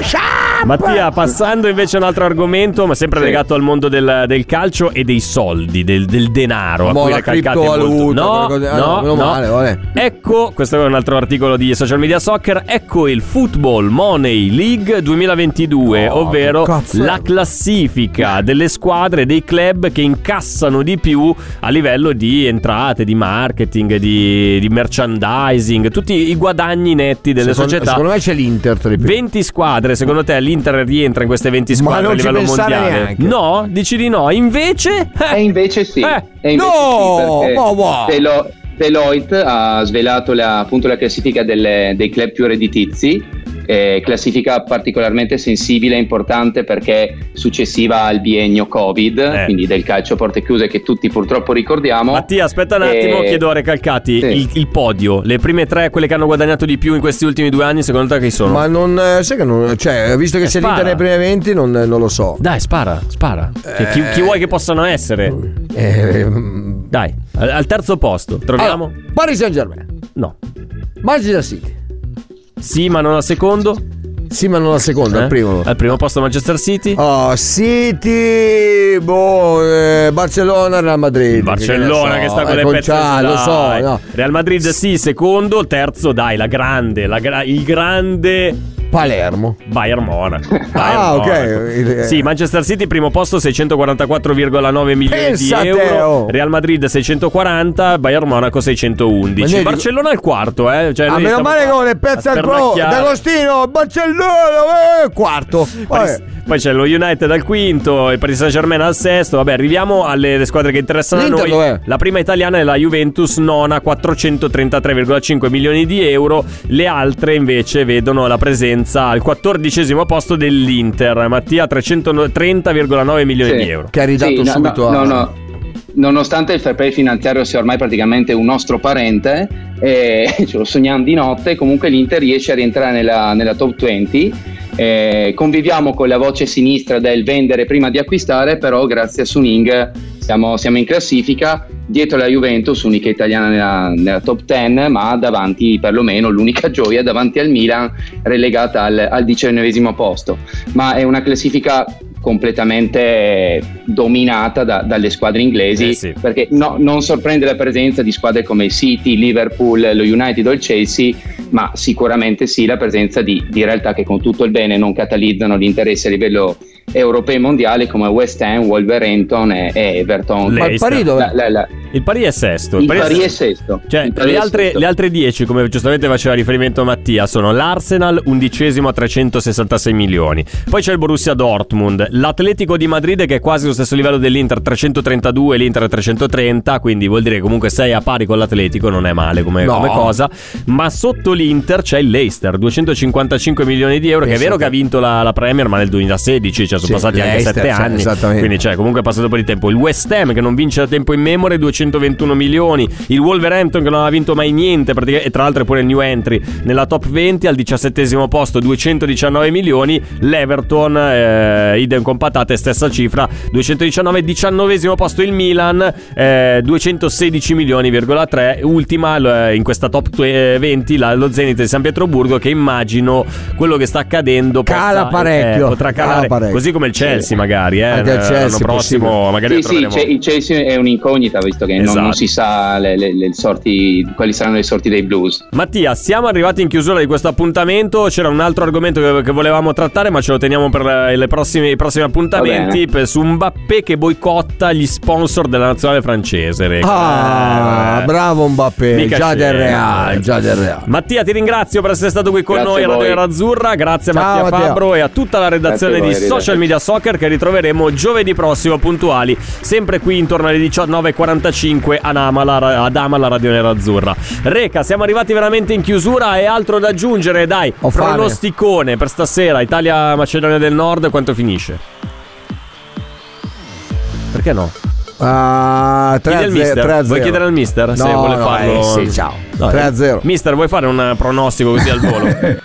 S3: Mattia, passando invece a un altro argomento, ma sempre legato al mondo del, del calcio e dei soldi, del, del denaro.
S4: Mo'
S3: a cui
S4: la
S3: recalcate
S4: criptovaluta,
S3: molto. No,
S4: quelle cose- ah,
S3: no,
S4: no, meno
S3: no.
S4: male, vabbè.
S3: Ecco, questo è un altro articolo di Social Media Soccer. Ecco il Football Money League 2022,
S4: Oh, che
S3: ovvero
S4: cazzo è?
S3: la classifica delle squadre e dei club che incassano di più a livello di entrate, di marketing, di, di merchandising, tutti i guadagni netti delle
S4: Secondo-
S3: società.
S4: Secondo me c'è l'Inter tra i più.
S3: 20 squadre, secondo te l'Inter rientra in queste 20 squadre
S4: non
S3: a
S4: ci
S3: livello
S4: pensare
S3: mondiale?
S4: neanche.
S3: No, dici di no. Invece
S14: E invece sì.
S3: Eh,
S14: E invece
S4: no,
S14: sì, perché
S4: ma va.
S14: Delo- Deloitte ha svelato la, appunto la classifica delle- dei club più redditizi, eh, classifica particolarmente sensibile e importante perché successiva al biennio Covid,
S3: Eh.
S14: quindi del calcio a porte chiuse che tutti purtroppo ricordiamo.
S3: <laughs> Mattia, aspetta un attimo,
S14: Eh,
S3: chiedo a Recalcati
S14: sì.
S3: il, il podio, le prime tre, quelle che hanno guadagnato di più in questi ultimi due anni, secondo te chi sono?
S4: Ma non. eh, Sai che non. Cioè, visto che
S3: Eh,
S4: c'è
S3: spara.
S4: l'Inter nei primi 20, non, non lo so.
S3: Dai, spara, spara. Che- chi,
S4: Eh.
S3: chi vuoi che possano essere? Dai, al, al terzo posto, troviamo?
S4: Allora, Paris Saint Germain.
S3: No.
S4: Manchester City.
S3: Sì, ma non al secondo?
S4: Sì, ma non al secondo,
S3: Eh?
S4: al primo.
S3: Al primo posto Manchester City.
S4: Oh, City, boh, eh, Barcellona, Real Madrid.
S3: Barcellona che,
S4: ne so,
S3: sta con
S4: eh,
S3: le pezze
S4: Ciao,
S3: sulla-
S4: Lo so, no.
S3: Real Madrid sì, secondo, il terzo dai, la grande, la gra- il grande
S4: Palermo.
S3: Bayern Monaco.
S4: <laughs> Ah,
S3: Bayern
S4: ok.
S3: Monaco. Sì, Manchester City primo posto 644,9 milioni
S4: Pensa
S3: di
S4: te,
S3: euro,
S4: oh.
S3: Real Madrid 640, Bayern Monaco 611.
S4: Ma noi dico-
S3: Barcellona al quarto, eh. Cioè,
S4: A Ah,
S3: noi
S4: meno
S3: stiamo
S4: male
S3: qua
S4: con le pezze
S3: a
S4: al pro.
S3: spernacchiare.
S4: D'Agostino, Barcellona, eh, quarto. Vabbè.
S3: Paris- Poi c'è lo United al quinto, il Paris Saint Germain al sesto. Vabbè, arriviamo alle le squadre che interessano
S4: L'Inter
S3: a noi.
S4: dov'è?
S3: La prima italiana è la Juventus, nona, 433,5 milioni di euro. Le altre invece vedono la presenza al quattordicesimo posto dell'Inter, Mattia, 330,9 milioni
S14: Sì.
S3: di euro.
S4: Che ha ridato
S14: Sì, no,
S4: subito
S14: no,
S4: a...
S14: no, no. Nonostante il fair play finanziario sia ormai praticamente un nostro parente, eh, <laughs> ce lo sogniamo di notte, comunque l'Inter riesce a rientrare nella, nella top 20. Eh, conviviamo con la voce sinistra del vendere prima di acquistare, però grazie a Suning siamo, siamo in classifica, dietro la Juventus, unica italiana nella, nella top 10, ma davanti perlomeno l'unica gioia davanti al Milan, relegata al, al diciannovesimo posto. Ma è una classifica completamente dominata da- dalle squadre inglesi,
S3: Eh
S14: perché no- non sorprende la presenza di squadre come il City, Liverpool, lo United o il Chelsea, ma sicuramente sì la presenza di, di realtà che con tutto il bene non catalizzano l'interesse a livello europeo e mondiale come West Ham, Wolverhampton e, e Everton.
S3: Ma il Paris dov'è?
S14: La- la- la-
S3: Il Paris è sesto.
S14: il Paris è sesto.
S3: Cioè,
S14: Il Paris
S3: le
S14: è
S3: altre,
S14: sesto.
S3: le altre 10, come giustamente faceva riferimento Mattia, sono l'Arsenal, undicesimo a 366 milioni. Poi c'è il Borussia Dortmund, l'Atletico di Madrid che è quasi allo stesso livello dell'Inter, 332, l'Inter è 330, quindi vuol dire che comunque sei a pari con l'Atletico, non è male come,
S4: No.
S3: come cosa. Ma sotto l'Inter c'è il Leicester, 255 milioni di euro, che è
S4: Pensa
S3: vero
S4: te.
S3: che ha vinto la, la Premier, ma nel 2016, cioè sono
S4: Sì,
S3: passati anche
S4: Leicester,
S3: 7
S4: cioè,
S3: anni.
S4: esattamente.
S3: Quindi cioè, comunque è passato po' di tempo. Il West Ham che non vince da tempo in memoria, 221 milioni. Il Wolverhampton che non ha vinto mai niente, pratica- e tra l'altro è pure il new entry nella top 20 al 17 posto, 219 milioni. L'Everton, eh, idem con patate, stessa cifra, 219. 19 posto il Milan, eh, 216 milioni,3. Ultima l- in questa top tw- eh, 20 la- lo Zenit di San Pietroburgo che immagino quello che sta accadendo possa-
S4: Cala parecchio,
S3: eh, potrà
S4: cala
S3: calare,
S4: parecchio.
S3: così come il Chelsea magari. Eh,
S4: Anche il
S3: l'anno
S4: Chelsea,
S3: prossimo
S4: possibile.
S3: magari
S14: Sì,
S3: lo
S14: sì,
S3: troveremo.
S14: c'è- il Chelsea è un'incognita visto che non- non,
S3: Esatto.
S14: si sa le- le- le sorti- quali saranno le sorti dei Blues.
S3: Mattia, siamo arrivati in chiusura di questo appuntamento. C'era un altro argomento che, che volevamo trattare, ma ce lo teniamo per eh, le prossime- i prossimi appuntamenti. per- su Mbappé che boicotta gli sponsor della nazionale francese. Reca.
S4: Ah,
S3: Eh,
S4: bravo Mbappé,
S3: mica
S4: già del
S3: scemo.
S4: Real, già del Real.
S3: Mattia, ti ringrazio per essere stato qui con
S4: Grazie
S3: noi a
S4: a voi.
S3: Radio Azzurra. Grazie a
S4: Ciao,
S3: Mattia,
S4: Mattia.
S3: Fabro e a tutta la redazione
S4: Grazie a voi,
S3: di
S4: arrivederci.
S3: Social Media Soccer che ritroveremo giovedì prossimo puntuali, sempre qui intorno alle 19.45 ad Amala, ad Amala Radio Nera Azzurra. Reca, siamo arrivati veramente in chiusura e altro da aggiungere, dai,
S4: Ho fame.
S3: pronosticone per stasera, Italia-Macedonia del Nord, quanto finisce? Perché no?
S4: Ah, 3
S3: Chiedi al mister. Vuoi chiedere al mister se
S4: No,
S3: vuole
S4: no,
S3: farlo?
S4: eh, sì, ciao.
S3: No, eh.
S4: 3 a 0.
S3: Mister, vuoi fare un eh, pronostico così al
S4: <laughs>
S3: volo?
S9: Eh,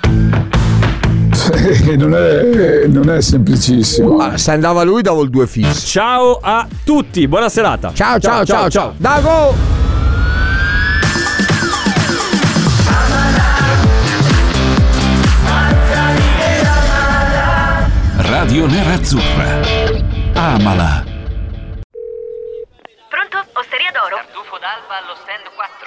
S9: non, è, non è semplicissimo.
S4: Ah, se andava lui davo il 2 fisso.
S3: ciao a tutti, buona serata.
S4: Ciao, ciao, ciao, ciao. Dago!
S2: Radio Nerazzurra. Amala.
S11: Pronto? Osteria d'oro? Tartufo d'alba allo stand 4.